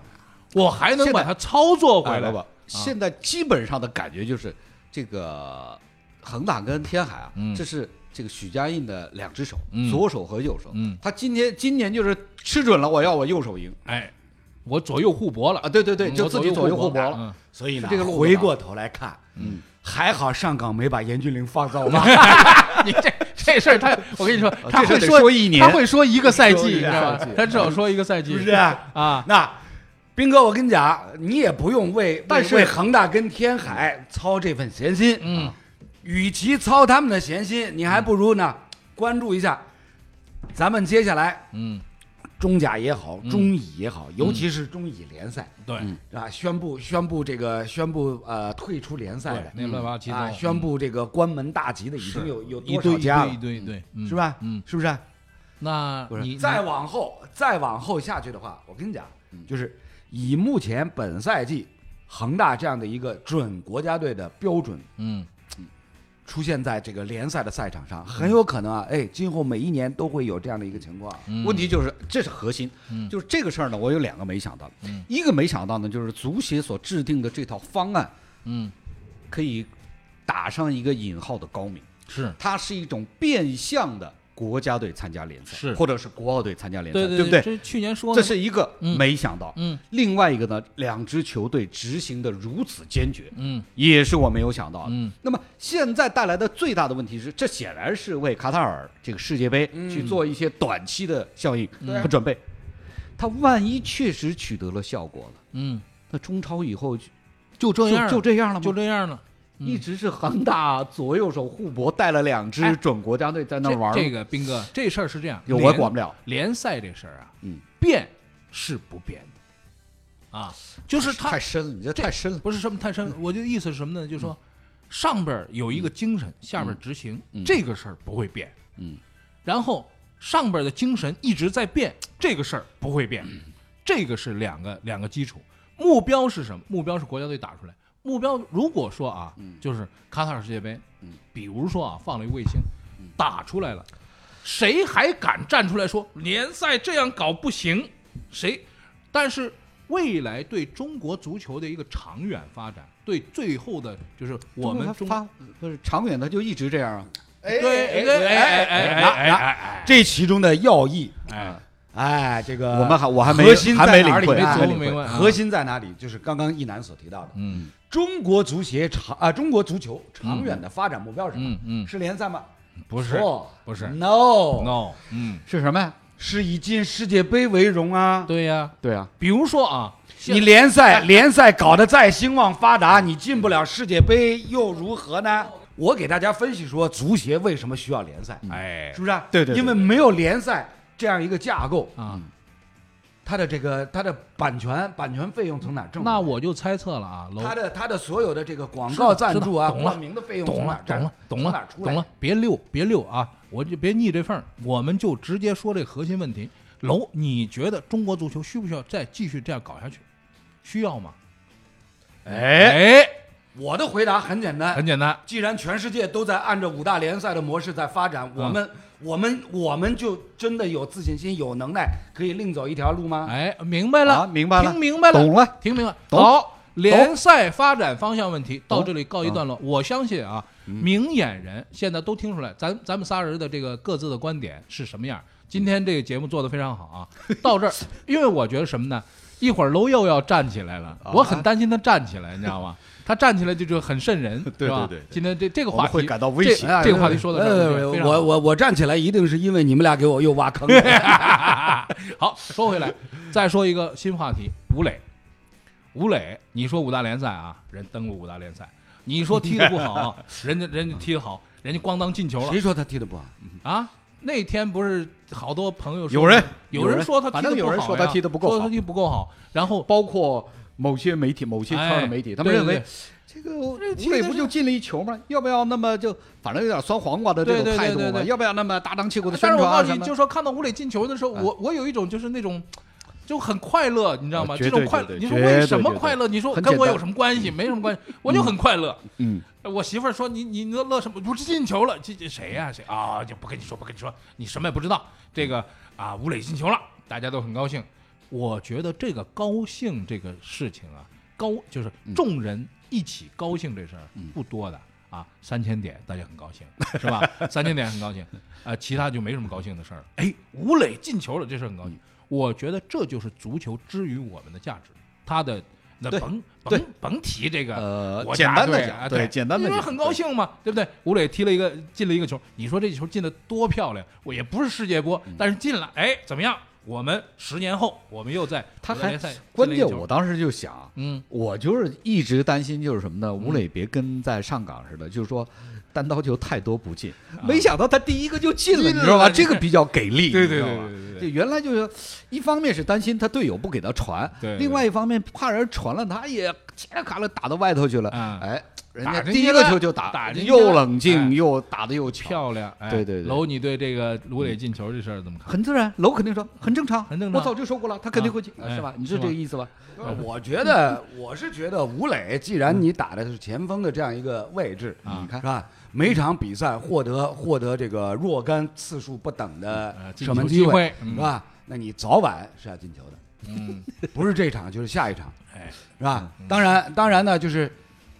[SPEAKER 5] 我还能把它操作回
[SPEAKER 6] 哎，
[SPEAKER 5] 来啊
[SPEAKER 6] 老板，现在基本上的感觉就是这个恒大跟天海啊，
[SPEAKER 5] 嗯
[SPEAKER 6] 这是这个许家印的两只手，
[SPEAKER 5] 嗯
[SPEAKER 6] 左手和右手。
[SPEAKER 5] 嗯
[SPEAKER 6] 他今天今年就是吃准了，我要我右手赢，
[SPEAKER 5] 哎，我左右互搏了
[SPEAKER 6] 啊，对对对，
[SPEAKER 5] 嗯
[SPEAKER 6] 就
[SPEAKER 5] 我
[SPEAKER 6] 自己左右互搏
[SPEAKER 5] 了。
[SPEAKER 6] 了。
[SPEAKER 5] 嗯
[SPEAKER 4] 所以呢，
[SPEAKER 6] 是这个路子吧啊
[SPEAKER 4] 回过头来看，嗯，还好上港没把严俊凌放 走嘛。
[SPEAKER 5] 你这这事儿 他，我跟你说，他
[SPEAKER 6] 哦这事
[SPEAKER 5] 会
[SPEAKER 6] 儿得说一年
[SPEAKER 5] 他会说一个赛季，
[SPEAKER 6] 说
[SPEAKER 5] 你
[SPEAKER 6] 一
[SPEAKER 5] 知
[SPEAKER 6] 个
[SPEAKER 5] 道吧
[SPEAKER 6] 赛季？
[SPEAKER 5] 他至少说一个赛季，
[SPEAKER 4] 是不是
[SPEAKER 5] 啊？
[SPEAKER 4] 那斌哥，我跟你讲，你也不用为
[SPEAKER 6] 但
[SPEAKER 4] 为
[SPEAKER 6] 是
[SPEAKER 4] 为恒大跟天海操这份闲心，
[SPEAKER 5] 嗯，
[SPEAKER 4] 与其操他们的闲心，你还不如呢关注一下咱们接下来
[SPEAKER 5] 嗯，
[SPEAKER 4] 中甲也好，中乙也好，尤其是中乙联赛。
[SPEAKER 5] 对，
[SPEAKER 4] 啊，宣布宣布这个宣布呃退出联赛
[SPEAKER 5] 对
[SPEAKER 4] 的，
[SPEAKER 5] 那乱八七
[SPEAKER 4] 啊，
[SPEAKER 5] 糟，
[SPEAKER 4] 宣布这个关门大吉的已经有有
[SPEAKER 5] 嗯一
[SPEAKER 4] 多
[SPEAKER 5] 堆
[SPEAKER 4] 少
[SPEAKER 5] 一
[SPEAKER 4] 家
[SPEAKER 5] 堆
[SPEAKER 4] 了
[SPEAKER 5] 一，堆一堆，嗯
[SPEAKER 4] 是吧？
[SPEAKER 5] 嗯，
[SPEAKER 4] 是不是？
[SPEAKER 5] 那
[SPEAKER 4] 不是
[SPEAKER 5] 你
[SPEAKER 4] 再
[SPEAKER 5] 你
[SPEAKER 4] 往后再往后下去的话，我跟你讲，
[SPEAKER 6] 嗯
[SPEAKER 4] 就是以目前本赛季恒大这样的一个准国家队的标准。
[SPEAKER 5] 嗯
[SPEAKER 4] 出现在这个联赛的赛场上，很
[SPEAKER 6] 嗯
[SPEAKER 4] 有可能啊，哎，今后每一年都会有这样的一个情况。
[SPEAKER 5] 嗯
[SPEAKER 6] 问题就是这是核心，就是这个事儿呢，我有两个没想到，
[SPEAKER 5] 嗯
[SPEAKER 6] 一个没想到呢，就是足协所制定的这套方案
[SPEAKER 5] 嗯
[SPEAKER 6] 可以打上一个引号的高明，
[SPEAKER 5] 是
[SPEAKER 6] 它是一种变相的国家队参加联赛，
[SPEAKER 5] 是
[SPEAKER 6] 或者是国奥队参加联赛，
[SPEAKER 5] 对
[SPEAKER 6] 不
[SPEAKER 5] 对
[SPEAKER 6] 对？
[SPEAKER 5] 这去年说
[SPEAKER 6] 这
[SPEAKER 5] 的
[SPEAKER 6] 是一个
[SPEAKER 5] 嗯
[SPEAKER 6] 没想到，
[SPEAKER 5] 嗯
[SPEAKER 6] 另外一个呢，两支球队执行的如此坚决，
[SPEAKER 5] 嗯
[SPEAKER 6] 也是我没有想到的。
[SPEAKER 5] 嗯
[SPEAKER 6] 那么现在带来的最大的问题是，这显然是为卡塔尔这个世界杯去做一些短期的效应
[SPEAKER 5] 嗯啊
[SPEAKER 6] 和准备。他万一确实取得了效果了，
[SPEAKER 5] 嗯，
[SPEAKER 6] 那中超以后就
[SPEAKER 5] 就这样
[SPEAKER 6] 就这样了吗？
[SPEAKER 5] 就这样了，嗯
[SPEAKER 6] 一直是恒大左右手互搏，带了两支
[SPEAKER 5] 哎
[SPEAKER 6] 准国家队在那
[SPEAKER 5] 这
[SPEAKER 6] 玩儿。
[SPEAKER 5] 这个斌哥，这事儿是这样，
[SPEAKER 6] 有我
[SPEAKER 5] 联
[SPEAKER 6] 管不了
[SPEAKER 5] 联赛这事儿啊，
[SPEAKER 6] 嗯，
[SPEAKER 5] 变是不变的啊，就是他
[SPEAKER 6] 太深了，你这太深了。嗯
[SPEAKER 5] 不是什么太深，我就意思是什么呢？就是说，上边儿有一个精神，下边儿执行，这个事儿不会变。
[SPEAKER 6] 嗯，
[SPEAKER 5] 然后上边儿的精神一直在变，这个事儿不会变，这个是两个两个基础。目标是什么？目标是国家队打出来。目标如果说啊，就是卡塔尔世界杯，比如说啊，放了一卫星，打出来了，谁还敢站出来说联赛这样搞不行？谁？但是未来对中国足球的一个长远发展，对最后的就是我们中
[SPEAKER 6] 发不是长远，他就一直这样啊。
[SPEAKER 5] 对哎哎哎哎哎哎
[SPEAKER 4] 这其中的要义，
[SPEAKER 5] 哎，
[SPEAKER 4] 哎，这个
[SPEAKER 6] 我们还我还没
[SPEAKER 4] 核心在
[SPEAKER 6] 还没
[SPEAKER 4] 哪
[SPEAKER 6] 领会，
[SPEAKER 4] 里
[SPEAKER 5] 没
[SPEAKER 4] 呢
[SPEAKER 6] 还没
[SPEAKER 5] 琢
[SPEAKER 6] 领
[SPEAKER 5] 磨
[SPEAKER 6] 会
[SPEAKER 5] 明白啊，
[SPEAKER 4] 核心在哪里？就是刚刚一楠所提到的，
[SPEAKER 5] 嗯
[SPEAKER 4] 中国足协长啊，中国足球长远的发展目标是什么
[SPEAKER 5] 嗯？嗯
[SPEAKER 4] 是联赛吗？
[SPEAKER 5] 不是
[SPEAKER 4] 错
[SPEAKER 5] 不是
[SPEAKER 4] ，no，
[SPEAKER 5] no 嗯
[SPEAKER 6] 是什么呀？
[SPEAKER 4] 是以进世界杯为荣啊。
[SPEAKER 5] 对呀，
[SPEAKER 6] 对啊，
[SPEAKER 5] 比如说啊，
[SPEAKER 4] 你联 赛联赛搞得再兴旺发达，你进不了世界杯又如何呢？我给大家分析说，足协为什么需要联赛，
[SPEAKER 5] 哎
[SPEAKER 4] 是不是啊？
[SPEAKER 6] 对对对
[SPEAKER 4] 因为没有联赛这样一个架构，
[SPEAKER 5] 啊，
[SPEAKER 4] 它的这个它的版权版权费用从哪儿挣？
[SPEAKER 5] 那我就猜测了啊，楼
[SPEAKER 4] 它的它的所有的这个广告赞助啊、
[SPEAKER 5] 是的懂了
[SPEAKER 4] 冠名的费用
[SPEAKER 5] 懂
[SPEAKER 4] 从哪
[SPEAKER 5] 了
[SPEAKER 4] 儿，
[SPEAKER 5] 懂
[SPEAKER 4] 挣
[SPEAKER 5] 了，懂
[SPEAKER 4] 从哪
[SPEAKER 5] 了
[SPEAKER 4] 儿，出来
[SPEAKER 5] 懂了，，别溜，别溜啊！我就别逆这缝儿，我们就直接说这核心问题。楼，你觉得中国足球需不需要再继续这样搞下去？需要吗？哎，
[SPEAKER 4] 我的回答很简单，
[SPEAKER 5] 很简单，
[SPEAKER 4] 既然全世界都在按照五大联赛的模式在发展，我们我们我们就真的有自信心、有能耐，可以另走一条路吗？
[SPEAKER 5] 哎，明白了，
[SPEAKER 6] 啊明白了
[SPEAKER 5] 听明白了，
[SPEAKER 6] 懂了，
[SPEAKER 5] 听明白。
[SPEAKER 6] 懂
[SPEAKER 5] 好，联赛发展方向问题到
[SPEAKER 6] 懂嗯
[SPEAKER 5] 这里告一段落。我相信啊，明眼人现在都听出来，咱咱们仨人的这个各自的观点是什么样。今天这个节目做得非常好 啊，到这儿，因为我觉得什么呢？一会儿楼又要站起来了，
[SPEAKER 6] 啊
[SPEAKER 5] 我很担心他站起来，你知道 吗？他站起来就就很瘆人，
[SPEAKER 6] 对
[SPEAKER 5] 是吧
[SPEAKER 6] 对对对
[SPEAKER 5] 今天这这个
[SPEAKER 6] 我们
[SPEAKER 5] 话题
[SPEAKER 6] 会感到威胁
[SPEAKER 5] 这这个话题说的
[SPEAKER 4] 呃我我我站起来一定是因为你们俩给我又挖坑了。
[SPEAKER 5] 好，说回来，再说一个新话题，吴磊。吴磊，你说五大联赛啊，人登陆五大联赛，你说踢得不好 啊，人家人家踢得好，人家咣当进球了
[SPEAKER 4] 谁说他踢得不好？
[SPEAKER 5] 啊！那天不是好多朋友说
[SPEAKER 6] 有人
[SPEAKER 5] 有人说他踢
[SPEAKER 6] 反
[SPEAKER 5] 得
[SPEAKER 6] 正
[SPEAKER 5] 不好呀
[SPEAKER 6] 有人说他踢得不够好
[SPEAKER 5] 说他踢得不够好，然后
[SPEAKER 6] 包括某些媒体、某些圈儿的媒体，
[SPEAKER 5] 哎
[SPEAKER 6] 他们
[SPEAKER 5] 对
[SPEAKER 6] 认为
[SPEAKER 5] 对
[SPEAKER 6] 这个
[SPEAKER 5] 踢
[SPEAKER 6] 吴
[SPEAKER 5] 的
[SPEAKER 6] 磊
[SPEAKER 5] 是
[SPEAKER 6] 不就进了一球吗？要不要那么就反正有点酸黄瓜的这
[SPEAKER 5] 对
[SPEAKER 6] 种
[SPEAKER 5] 对对
[SPEAKER 6] 态度
[SPEAKER 5] 对
[SPEAKER 6] 嘛？
[SPEAKER 5] 对
[SPEAKER 6] 要不要那么大张旗鼓的宣
[SPEAKER 5] 但是我
[SPEAKER 6] 传啊
[SPEAKER 5] 告诉
[SPEAKER 6] 什
[SPEAKER 5] 你，
[SPEAKER 6] 么
[SPEAKER 5] 就？说看到吴磊进球的时候，我我有一种就是那种。就很快乐，你知道吗？
[SPEAKER 6] 啊
[SPEAKER 5] 这
[SPEAKER 6] 绝对
[SPEAKER 5] 种快，
[SPEAKER 6] 绝对
[SPEAKER 5] 你说
[SPEAKER 6] 绝对
[SPEAKER 5] 为什么快乐？你说
[SPEAKER 6] 很
[SPEAKER 5] 跟我
[SPEAKER 6] 简单
[SPEAKER 5] 有什么关系？没什么关系，我就很快乐。
[SPEAKER 6] 嗯，
[SPEAKER 5] 我媳妇儿说你你乐乐什么？不是进球了，这这谁呀、谁啊？就不跟你说，不跟你说，你什么也不知道。这个啊，吴磊进球了，大家都很高兴。我觉得这个高兴这个事情啊，高就是众人一起高兴这事儿不多的。啊，三千点大家很高兴，是呃吧？三千点很高兴，啊、其他就没什么高兴的事儿了。哎，吴磊进球了，这事儿很高兴。我觉得这就是足球之于我们的价值，它的那
[SPEAKER 6] 对
[SPEAKER 5] 甭
[SPEAKER 6] 对
[SPEAKER 5] 甭甭提这个
[SPEAKER 6] 呃
[SPEAKER 5] 国
[SPEAKER 6] 简
[SPEAKER 5] 家
[SPEAKER 6] 单
[SPEAKER 5] 队
[SPEAKER 6] 的
[SPEAKER 5] 啊
[SPEAKER 6] 讲，
[SPEAKER 5] 对，
[SPEAKER 6] 简单的
[SPEAKER 5] 因为
[SPEAKER 6] 讲，
[SPEAKER 5] 很高兴嘛，对不对？吴磊踢了一个进了一个球，你说这球进的多漂亮，我也不是世界
[SPEAKER 6] 嗯
[SPEAKER 5] 波，但是进了，哎，怎么样？我们十年后，我们又在
[SPEAKER 6] 他
[SPEAKER 5] 国家
[SPEAKER 6] 还
[SPEAKER 5] 联赛
[SPEAKER 6] 关
[SPEAKER 5] 进了一
[SPEAKER 6] 键，
[SPEAKER 5] 球
[SPEAKER 6] 我当时就想，
[SPEAKER 5] 嗯，
[SPEAKER 6] 我就是一直担心就是什么呢？吴磊别跟在上港似的，就是说单刀球太多不进，没想到他第一个就进了，
[SPEAKER 5] 啊进
[SPEAKER 6] 你 知道吧？
[SPEAKER 5] 了
[SPEAKER 6] 这个比较给力，
[SPEAKER 5] 对对
[SPEAKER 6] 你知道
[SPEAKER 5] 对
[SPEAKER 6] 吧
[SPEAKER 5] 对对对
[SPEAKER 6] 就原来就是一方面是担心他队友不给他传，
[SPEAKER 5] 对对
[SPEAKER 6] 另外一方面怕人传了他也切了卡了打到外头去了，
[SPEAKER 5] 啊
[SPEAKER 6] 哎，人
[SPEAKER 5] 打
[SPEAKER 6] 家
[SPEAKER 5] 进
[SPEAKER 6] 第一
[SPEAKER 5] 去
[SPEAKER 6] 个
[SPEAKER 5] 了
[SPEAKER 6] 球就
[SPEAKER 5] 打进去
[SPEAKER 6] 又
[SPEAKER 5] 了
[SPEAKER 6] 冷静
[SPEAKER 5] 哎
[SPEAKER 6] 又打的又巧，
[SPEAKER 5] 漂亮，哎、
[SPEAKER 6] 对对对嗯
[SPEAKER 5] 楼，你对这个吴磊进球这事儿怎么看？
[SPEAKER 6] 很自然，楼肯定说很正常，
[SPEAKER 5] 很正常
[SPEAKER 6] 我早就说过了，他肯定会进，
[SPEAKER 5] 啊哎
[SPEAKER 6] 是吧？你是
[SPEAKER 5] 是吧
[SPEAKER 6] 这个意思吧？
[SPEAKER 4] 我觉得我是觉得吴磊，既然你打的是前锋的这样一个位置，
[SPEAKER 5] 啊
[SPEAKER 6] 你看
[SPEAKER 4] 是吧？每场比赛获得获得这个若干次数不等的
[SPEAKER 5] 呃进
[SPEAKER 4] 射门
[SPEAKER 5] 球
[SPEAKER 4] 机
[SPEAKER 5] 机会嗯
[SPEAKER 4] 是吧？那你早晚是要进球的，
[SPEAKER 5] 嗯，
[SPEAKER 4] 不是这场就是下一场，
[SPEAKER 5] 哎，
[SPEAKER 4] 是吧？当然，当然呢，就是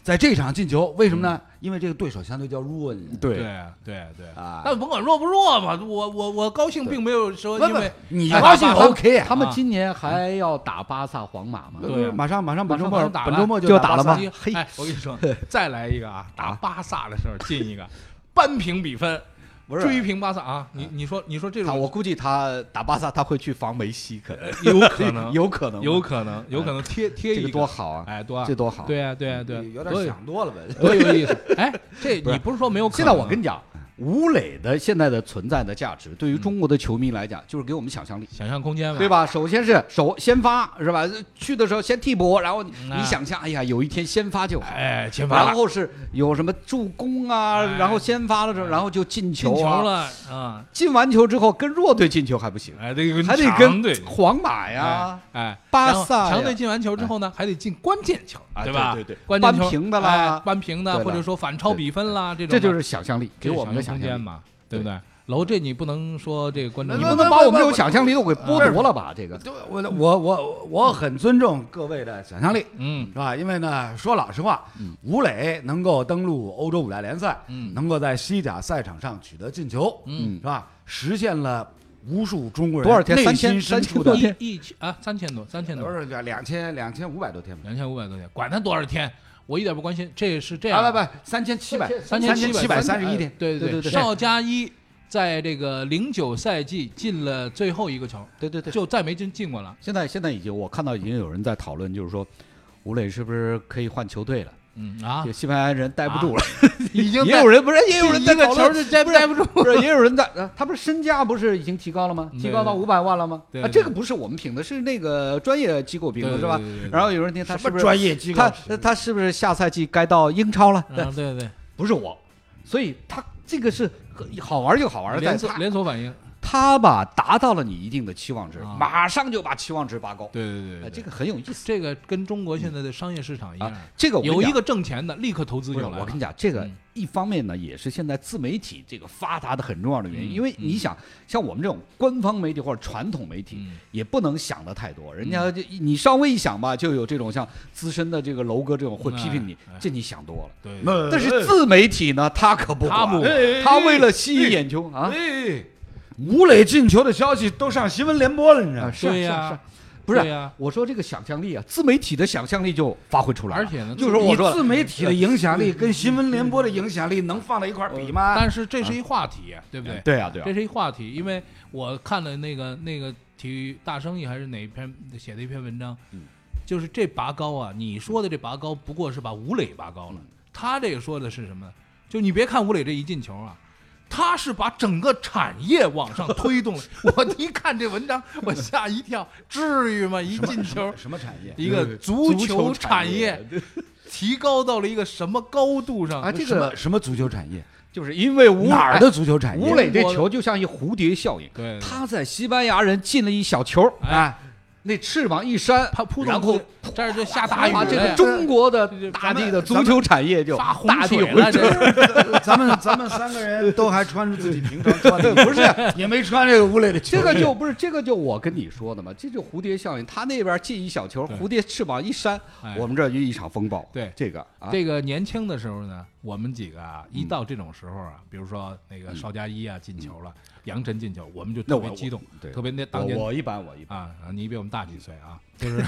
[SPEAKER 4] 在这场进球，为什么呢？因为这个对手相对较弱，你
[SPEAKER 6] 对
[SPEAKER 5] 对啊对啊对
[SPEAKER 4] 啊
[SPEAKER 5] 但甭管弱不弱吧，我我我高兴，并没有说
[SPEAKER 4] 不
[SPEAKER 5] 因为
[SPEAKER 4] 你
[SPEAKER 5] 哎
[SPEAKER 4] 高兴
[SPEAKER 5] 打
[SPEAKER 6] 他们
[SPEAKER 4] OK 啊呃
[SPEAKER 6] 他们
[SPEAKER 5] 啊
[SPEAKER 6] 今年还要打巴萨、皇马吗？
[SPEAKER 5] 对啊
[SPEAKER 4] 马上马上本周
[SPEAKER 5] 马
[SPEAKER 4] 末
[SPEAKER 5] 上打了
[SPEAKER 4] 本周末
[SPEAKER 6] 就
[SPEAKER 4] 打
[SPEAKER 6] 打了
[SPEAKER 4] 巴萨
[SPEAKER 6] 吗嘿
[SPEAKER 5] 哎，我跟你说，再来一个啊，打巴萨的时候进一个，扳平比分，
[SPEAKER 6] 不是嗯
[SPEAKER 5] 追平巴萨啊！你你说你说这
[SPEAKER 6] 他，
[SPEAKER 5] 种，
[SPEAKER 6] 我估计他打巴萨他会去防梅西，可能
[SPEAKER 5] 有可能，
[SPEAKER 6] 有可能，
[SPEAKER 5] 有可能，有可能贴贴
[SPEAKER 6] 嗯这
[SPEAKER 5] 一
[SPEAKER 6] 个多好啊！
[SPEAKER 5] 哎，多
[SPEAKER 6] 这多好
[SPEAKER 5] 对啊，对啊，对啊，
[SPEAKER 4] 有点想多了呗。
[SPEAKER 5] 多有，多有 意思！哎，这
[SPEAKER 6] 不是
[SPEAKER 5] 你不是说没有可
[SPEAKER 6] 现
[SPEAKER 5] 能
[SPEAKER 6] 在
[SPEAKER 5] 啊？
[SPEAKER 6] 我跟你讲，吴磊的现在的存在的价值，对于中国的球迷来讲，就是给我们想象力。
[SPEAKER 5] 想象空间嘛，
[SPEAKER 6] 对？吧？首先是首先发是吧？去的时候先替补，然后你
[SPEAKER 5] 嗯啊
[SPEAKER 6] 你想象，哎呀，有一天先发就好。
[SPEAKER 5] 哎，前发
[SPEAKER 6] 然
[SPEAKER 5] 了
[SPEAKER 6] 后是有什么助攻啊，
[SPEAKER 5] 哎
[SPEAKER 6] 然后先发了之后，然后就进
[SPEAKER 5] 进
[SPEAKER 6] 球
[SPEAKER 5] 球
[SPEAKER 6] 啊。
[SPEAKER 5] 了啊！
[SPEAKER 6] 进完球之后跟弱队进球还不行，
[SPEAKER 5] 哎，这个
[SPEAKER 6] 还得
[SPEAKER 5] 强
[SPEAKER 6] 跟
[SPEAKER 5] 队
[SPEAKER 6] 皇马呀，
[SPEAKER 5] 哎，哎
[SPEAKER 6] 巴萨
[SPEAKER 5] 然后
[SPEAKER 6] 呀哎
[SPEAKER 5] 强队进完球之后呢，还得进关键球，
[SPEAKER 6] 啊
[SPEAKER 5] 吧？
[SPEAKER 6] 对对对
[SPEAKER 5] 关键球
[SPEAKER 6] 扳平的啦
[SPEAKER 5] 哎扳平
[SPEAKER 6] 对
[SPEAKER 5] 的，
[SPEAKER 6] 了
[SPEAKER 5] 或者说反超比分啦，这种的
[SPEAKER 6] 这就是想象力，给我们的
[SPEAKER 5] 想
[SPEAKER 6] 想
[SPEAKER 5] 空
[SPEAKER 6] 象
[SPEAKER 5] 间
[SPEAKER 6] 力。
[SPEAKER 5] 嘛，对不对？楼这你不能说这个观众，
[SPEAKER 6] 你
[SPEAKER 5] 你
[SPEAKER 6] 不
[SPEAKER 5] 不
[SPEAKER 6] 能
[SPEAKER 5] 能
[SPEAKER 6] 把我们这种想象力都给剥
[SPEAKER 5] 哎
[SPEAKER 6] 夺了吧？这个
[SPEAKER 4] 对，我我我我很尊重各位的想象力，
[SPEAKER 5] 嗯
[SPEAKER 4] 是吧？因为呢，说老实话，
[SPEAKER 6] 嗯
[SPEAKER 4] 吴磊能够登陆欧洲五大联赛，
[SPEAKER 5] 嗯
[SPEAKER 4] 能够在西甲赛场上取得进球，
[SPEAKER 5] 嗯，
[SPEAKER 4] 是吧？实现了无数中国人
[SPEAKER 6] 多少天嗯
[SPEAKER 4] 内
[SPEAKER 6] 三千
[SPEAKER 4] 心深处
[SPEAKER 6] 多
[SPEAKER 4] 的
[SPEAKER 6] 三千天
[SPEAKER 5] 一一千啊三千多，三千多
[SPEAKER 4] 不，是两两千两千五百多天吧？
[SPEAKER 5] 两千五百多天，管他多少天，我一点不关心。这是这样，
[SPEAKER 4] 啊不不，三千七百
[SPEAKER 5] 三
[SPEAKER 4] 千
[SPEAKER 5] 七
[SPEAKER 4] 七
[SPEAKER 5] 百哎
[SPEAKER 4] 百三十一天，
[SPEAKER 5] 对
[SPEAKER 6] 对
[SPEAKER 5] 对
[SPEAKER 6] 对对
[SPEAKER 5] 邵佳一在这个零九赛季进了最后一个球，
[SPEAKER 6] 对对对，
[SPEAKER 5] 就再没进进过了。
[SPEAKER 6] 现在现在已经我看到已经有人在讨论，就是说吴磊是不是可以换球队了？
[SPEAKER 5] 嗯啊
[SPEAKER 6] 就，西班牙人待不 住了，
[SPEAKER 5] 已经
[SPEAKER 6] 也有人不是也有人在
[SPEAKER 5] 一个
[SPEAKER 6] 讨
[SPEAKER 5] 球
[SPEAKER 6] 论，
[SPEAKER 5] 就摘摘 不住。
[SPEAKER 6] 不是也有人在，呃他不是身价不是已经提高了吗？
[SPEAKER 5] 嗯
[SPEAKER 6] 提高到
[SPEAKER 5] 对对
[SPEAKER 6] 五百万了吗？
[SPEAKER 5] 对
[SPEAKER 6] 啊，
[SPEAKER 5] 对
[SPEAKER 6] 这个不是我们评的，是那个专业机构评的，
[SPEAKER 5] 对
[SPEAKER 6] 是吧
[SPEAKER 5] 对对对？对
[SPEAKER 6] 然后有人听他是不是
[SPEAKER 4] 业机
[SPEAKER 6] 他他他是不是下赛季该到英超了？
[SPEAKER 5] 嗯，对对，
[SPEAKER 6] 不是我，所以他这个是好玩就好玩在
[SPEAKER 5] 连锁
[SPEAKER 6] 他
[SPEAKER 5] 连锁反应，
[SPEAKER 6] 他吧达到了你一定的期望值
[SPEAKER 5] 啊，
[SPEAKER 6] 马上就把期望值拔高，
[SPEAKER 5] 对对对
[SPEAKER 6] 哎，
[SPEAKER 5] 对，
[SPEAKER 6] 这个很有意思
[SPEAKER 5] 这个跟中国现在的商业市场一样
[SPEAKER 6] 啊，。这个我跟你
[SPEAKER 5] 有一
[SPEAKER 6] 讲
[SPEAKER 5] 个挣钱的，立刻投资
[SPEAKER 6] 不，
[SPEAKER 5] 就是来了。
[SPEAKER 6] 我跟你讲，这个
[SPEAKER 5] 嗯
[SPEAKER 6] 一方面呢，也是现在自媒体这个发达的很重要的原因，
[SPEAKER 5] 嗯
[SPEAKER 6] 因为你想，像我们这种官方媒体或者传统媒体，
[SPEAKER 5] 嗯
[SPEAKER 6] 也不能想的太多，人家就你稍微一想吧，就有这种像资深的这个楼哥这种会批评你
[SPEAKER 5] 哎哎，
[SPEAKER 6] 这你想多了。
[SPEAKER 5] 对，
[SPEAKER 4] 那
[SPEAKER 6] 但是自媒体呢，他可不管
[SPEAKER 5] 他不
[SPEAKER 6] 他为了吸引眼球啊
[SPEAKER 4] 哎，吴磊进球的消息都上新闻联播了，你知道
[SPEAKER 6] 啊，
[SPEAKER 4] 吗？
[SPEAKER 6] 是啊
[SPEAKER 5] 对
[SPEAKER 6] 是
[SPEAKER 5] 呀
[SPEAKER 6] 啊是啊，不是
[SPEAKER 5] 对呀
[SPEAKER 6] 我说这个想象力啊，自媒体的想象力就发挥出来了，嗯
[SPEAKER 5] 而且呢
[SPEAKER 6] 就是我
[SPEAKER 4] 你
[SPEAKER 6] 说
[SPEAKER 4] 自媒体的影响力跟新闻联播的影响力能放到一块儿比吗？
[SPEAKER 5] 但是这是一话题，对不对？
[SPEAKER 6] 对啊对啊
[SPEAKER 5] 这，是一话题，因为我看了那个那个体育大生意还是哪一篇写的一篇文章，就是这拔高啊，你说的这拔高不过是把吴磊拔高了，他这个说的是什么呢？就你别看吴磊这一进球啊。他是把整个产业往上推动了，我一看这文章，我吓一跳，至于吗？一进球，
[SPEAKER 4] 什么产业？
[SPEAKER 5] 一个足球产业提高到了一个什么高度上？
[SPEAKER 6] 啊这
[SPEAKER 4] 什么
[SPEAKER 6] 个
[SPEAKER 4] 什么足球产业？
[SPEAKER 6] 就是因为吴
[SPEAKER 4] 哪儿的足球产业？
[SPEAKER 6] 吴磊这球就像一蝴蝶效应，
[SPEAKER 5] 对对
[SPEAKER 6] 他在西班牙人进了一小球，啊
[SPEAKER 5] 哎，
[SPEAKER 6] 那翅膀一扇，
[SPEAKER 5] 他扑通
[SPEAKER 6] 然后
[SPEAKER 5] 这儿就下大
[SPEAKER 6] 打
[SPEAKER 5] 雨了呀，
[SPEAKER 6] 啊这个中国的大地的足球产业就
[SPEAKER 5] 发洪
[SPEAKER 6] 大地
[SPEAKER 5] 水
[SPEAKER 6] 回
[SPEAKER 5] 了，
[SPEAKER 6] 春。
[SPEAKER 5] 这是
[SPEAKER 4] 咱们咱们三个人都还穿着自己平常穿的， 不是也没穿这个吴磊的球
[SPEAKER 6] 这
[SPEAKER 4] 衣。
[SPEAKER 6] 个就不是这个就我跟你说的嘛，这就蝴蝶效应。他那边进一小球，
[SPEAKER 5] 对
[SPEAKER 6] 蝴蝶翅膀一扇
[SPEAKER 5] 哎，
[SPEAKER 6] 我们这儿就一场风暴。
[SPEAKER 5] 对
[SPEAKER 6] 这个啊，
[SPEAKER 5] 这个年轻的时候呢，我们几个啊，
[SPEAKER 4] 嗯
[SPEAKER 5] 一到这种时候啊，比如说那个邵佳一啊进球了，
[SPEAKER 4] 嗯
[SPEAKER 5] 杨晨进球，我们就特别激动，
[SPEAKER 6] 对
[SPEAKER 5] 特别那当年
[SPEAKER 4] 我我一般我一般，
[SPEAKER 5] 啊，啊你比我们大几岁啊，就是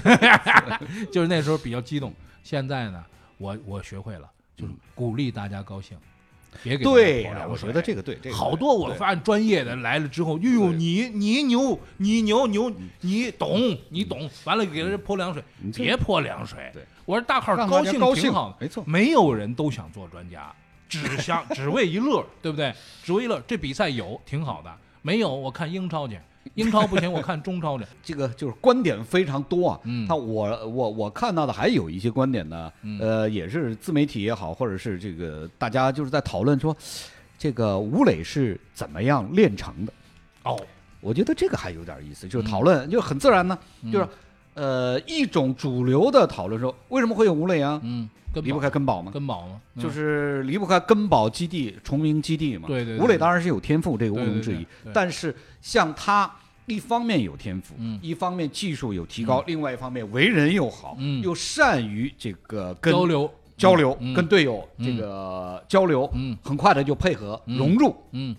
[SPEAKER 5] 就是那时候比较激动。现在呢，我我学会了，就是鼓励大家高兴，别给
[SPEAKER 4] 嗯对
[SPEAKER 5] 呀
[SPEAKER 4] 呀，，我觉得这个对，这个
[SPEAKER 5] 好
[SPEAKER 4] 对
[SPEAKER 5] 多我
[SPEAKER 4] 对
[SPEAKER 5] 发现专业的来了之后，哎哟呦，
[SPEAKER 4] 对
[SPEAKER 5] 你你牛，你牛牛，
[SPEAKER 6] 嗯
[SPEAKER 5] 你懂，你懂，完了给人泼凉水，别泼凉水。
[SPEAKER 4] 对，
[SPEAKER 5] 我说大号
[SPEAKER 6] 让
[SPEAKER 5] 高
[SPEAKER 6] 大家
[SPEAKER 5] 兴
[SPEAKER 6] 高
[SPEAKER 5] 挺
[SPEAKER 6] 兴
[SPEAKER 5] 好的，
[SPEAKER 6] 没错
[SPEAKER 5] 没有人都想做专家，只想 只为一乐，对不对？只为一乐，这比赛有挺好的，没有我看英超去，英超不行我看中 超去，
[SPEAKER 6] 这个就是观点非常多啊。
[SPEAKER 5] 嗯
[SPEAKER 6] 他我我我看到的还有一些观点呢，
[SPEAKER 5] 嗯
[SPEAKER 6] 呃，也是自媒体也好，或者是这个大家就是在讨论说，这个吴磊是怎么样练成的。
[SPEAKER 5] 哦，
[SPEAKER 6] 我觉得这个还有点意思，就
[SPEAKER 5] 嗯
[SPEAKER 6] 是讨论、就很自然呢，就是呃一种主流的讨论说，为什么会有吴磊啊？
[SPEAKER 5] 嗯，跟
[SPEAKER 6] 离不
[SPEAKER 5] 宝
[SPEAKER 6] 开根宝吗？
[SPEAKER 5] 跟宝吗？嗯
[SPEAKER 6] 就是离不开根宝基地、崇明基地嘛。
[SPEAKER 5] 对对对
[SPEAKER 6] 吴磊当然是有天赋，这个毋
[SPEAKER 5] 对对
[SPEAKER 6] 庸置疑。
[SPEAKER 5] 对对
[SPEAKER 6] 但是像他，一方面有天赋，
[SPEAKER 5] 嗯
[SPEAKER 6] 一方面技术有提高，另外一方面为人又好，
[SPEAKER 5] 嗯
[SPEAKER 6] 又善于这个跟
[SPEAKER 5] 交流
[SPEAKER 6] 交流、
[SPEAKER 5] 嗯
[SPEAKER 6] 跟队友、
[SPEAKER 5] 嗯
[SPEAKER 6] 这个交流，
[SPEAKER 5] 嗯
[SPEAKER 6] 很快的就配合、
[SPEAKER 5] 嗯
[SPEAKER 6] 融入。
[SPEAKER 5] 嗯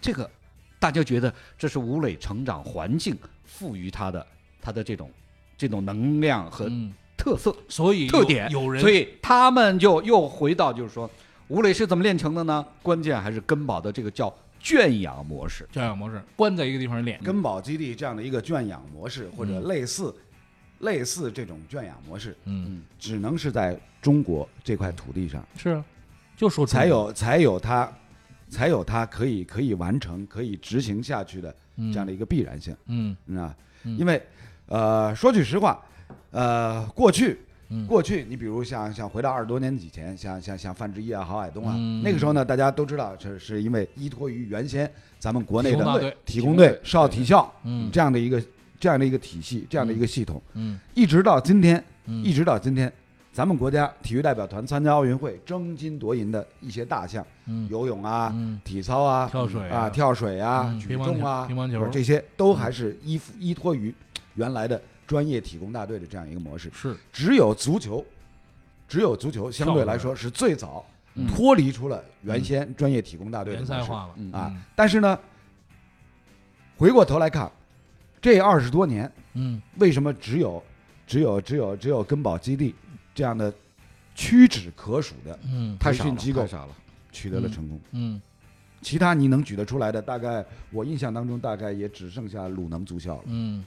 [SPEAKER 6] 这个大家觉得这是吴磊成长环境赋予他的他的这种这种能量和
[SPEAKER 5] 嗯，
[SPEAKER 6] 特色。
[SPEAKER 5] 所以
[SPEAKER 6] 特
[SPEAKER 5] 有
[SPEAKER 6] 点，
[SPEAKER 5] 有人
[SPEAKER 6] 所以他们就又回到就是说，吴磊是怎么练成的呢？关键还是根宝的这个叫圈养模式。
[SPEAKER 5] 教养模式关在一个地方练，
[SPEAKER 4] 根宝基地这样的一个圈养模式，或者类似、类似这种圈养模式，
[SPEAKER 5] 嗯，
[SPEAKER 4] 只能是在中国这块土地上
[SPEAKER 5] 是啊，就说
[SPEAKER 4] 才有才有它，才有它可以可以完成、可以执行下去的这样的一个必然性，
[SPEAKER 5] 嗯
[SPEAKER 4] 嗯啊，
[SPEAKER 5] 嗯
[SPEAKER 4] 因为呃，说句实话，呃，过去。
[SPEAKER 5] 嗯
[SPEAKER 4] 过去，你比如像像回到二十多年以前，像像像范志毅啊、郝海东啊，
[SPEAKER 5] 嗯
[SPEAKER 4] 那个时候呢，大家都知道，是是因为依托于原先咱们国内
[SPEAKER 5] 体工大
[SPEAKER 4] 的
[SPEAKER 5] 队
[SPEAKER 4] 体工队、少体校
[SPEAKER 5] 嗯
[SPEAKER 4] 这样的一个这样的一个体系、这样的一个系统，
[SPEAKER 5] 嗯
[SPEAKER 4] 一直到今天，
[SPEAKER 5] 嗯
[SPEAKER 4] 一直到今天，咱们国家体育代表团参加奥运会争金夺银的一些大项，
[SPEAKER 5] 嗯
[SPEAKER 4] 游泳啊、
[SPEAKER 5] 嗯
[SPEAKER 4] 体操啊、
[SPEAKER 5] 跳水啊
[SPEAKER 4] 啊、跳水啊、
[SPEAKER 5] 嗯
[SPEAKER 4] 举重啊、
[SPEAKER 5] 乒乓球乒乓球嗯
[SPEAKER 4] 不是这些都还是依附依托于原来的专业体工大队的这样一个模式。
[SPEAKER 5] 是
[SPEAKER 4] 只有足球，只有足球相对来说是最早
[SPEAKER 5] 嗯
[SPEAKER 4] 脱离出了原先专业体工大队的
[SPEAKER 5] 联
[SPEAKER 4] 模式
[SPEAKER 5] 赛化了
[SPEAKER 6] 嗯
[SPEAKER 4] 啊。但是呢，回过头来看，这二十多年。
[SPEAKER 5] 嗯
[SPEAKER 4] 为什么只有只有只有只有根宝基地这样的屈指可数的
[SPEAKER 5] 嗯
[SPEAKER 6] 太
[SPEAKER 4] 培
[SPEAKER 6] 少了，
[SPEAKER 4] 训机构
[SPEAKER 6] 太少了。
[SPEAKER 4] 取得了成功？
[SPEAKER 5] 嗯
[SPEAKER 4] 其他你能举得出来的，大概我印象当中大概也只剩下鲁能足校了。
[SPEAKER 5] 嗯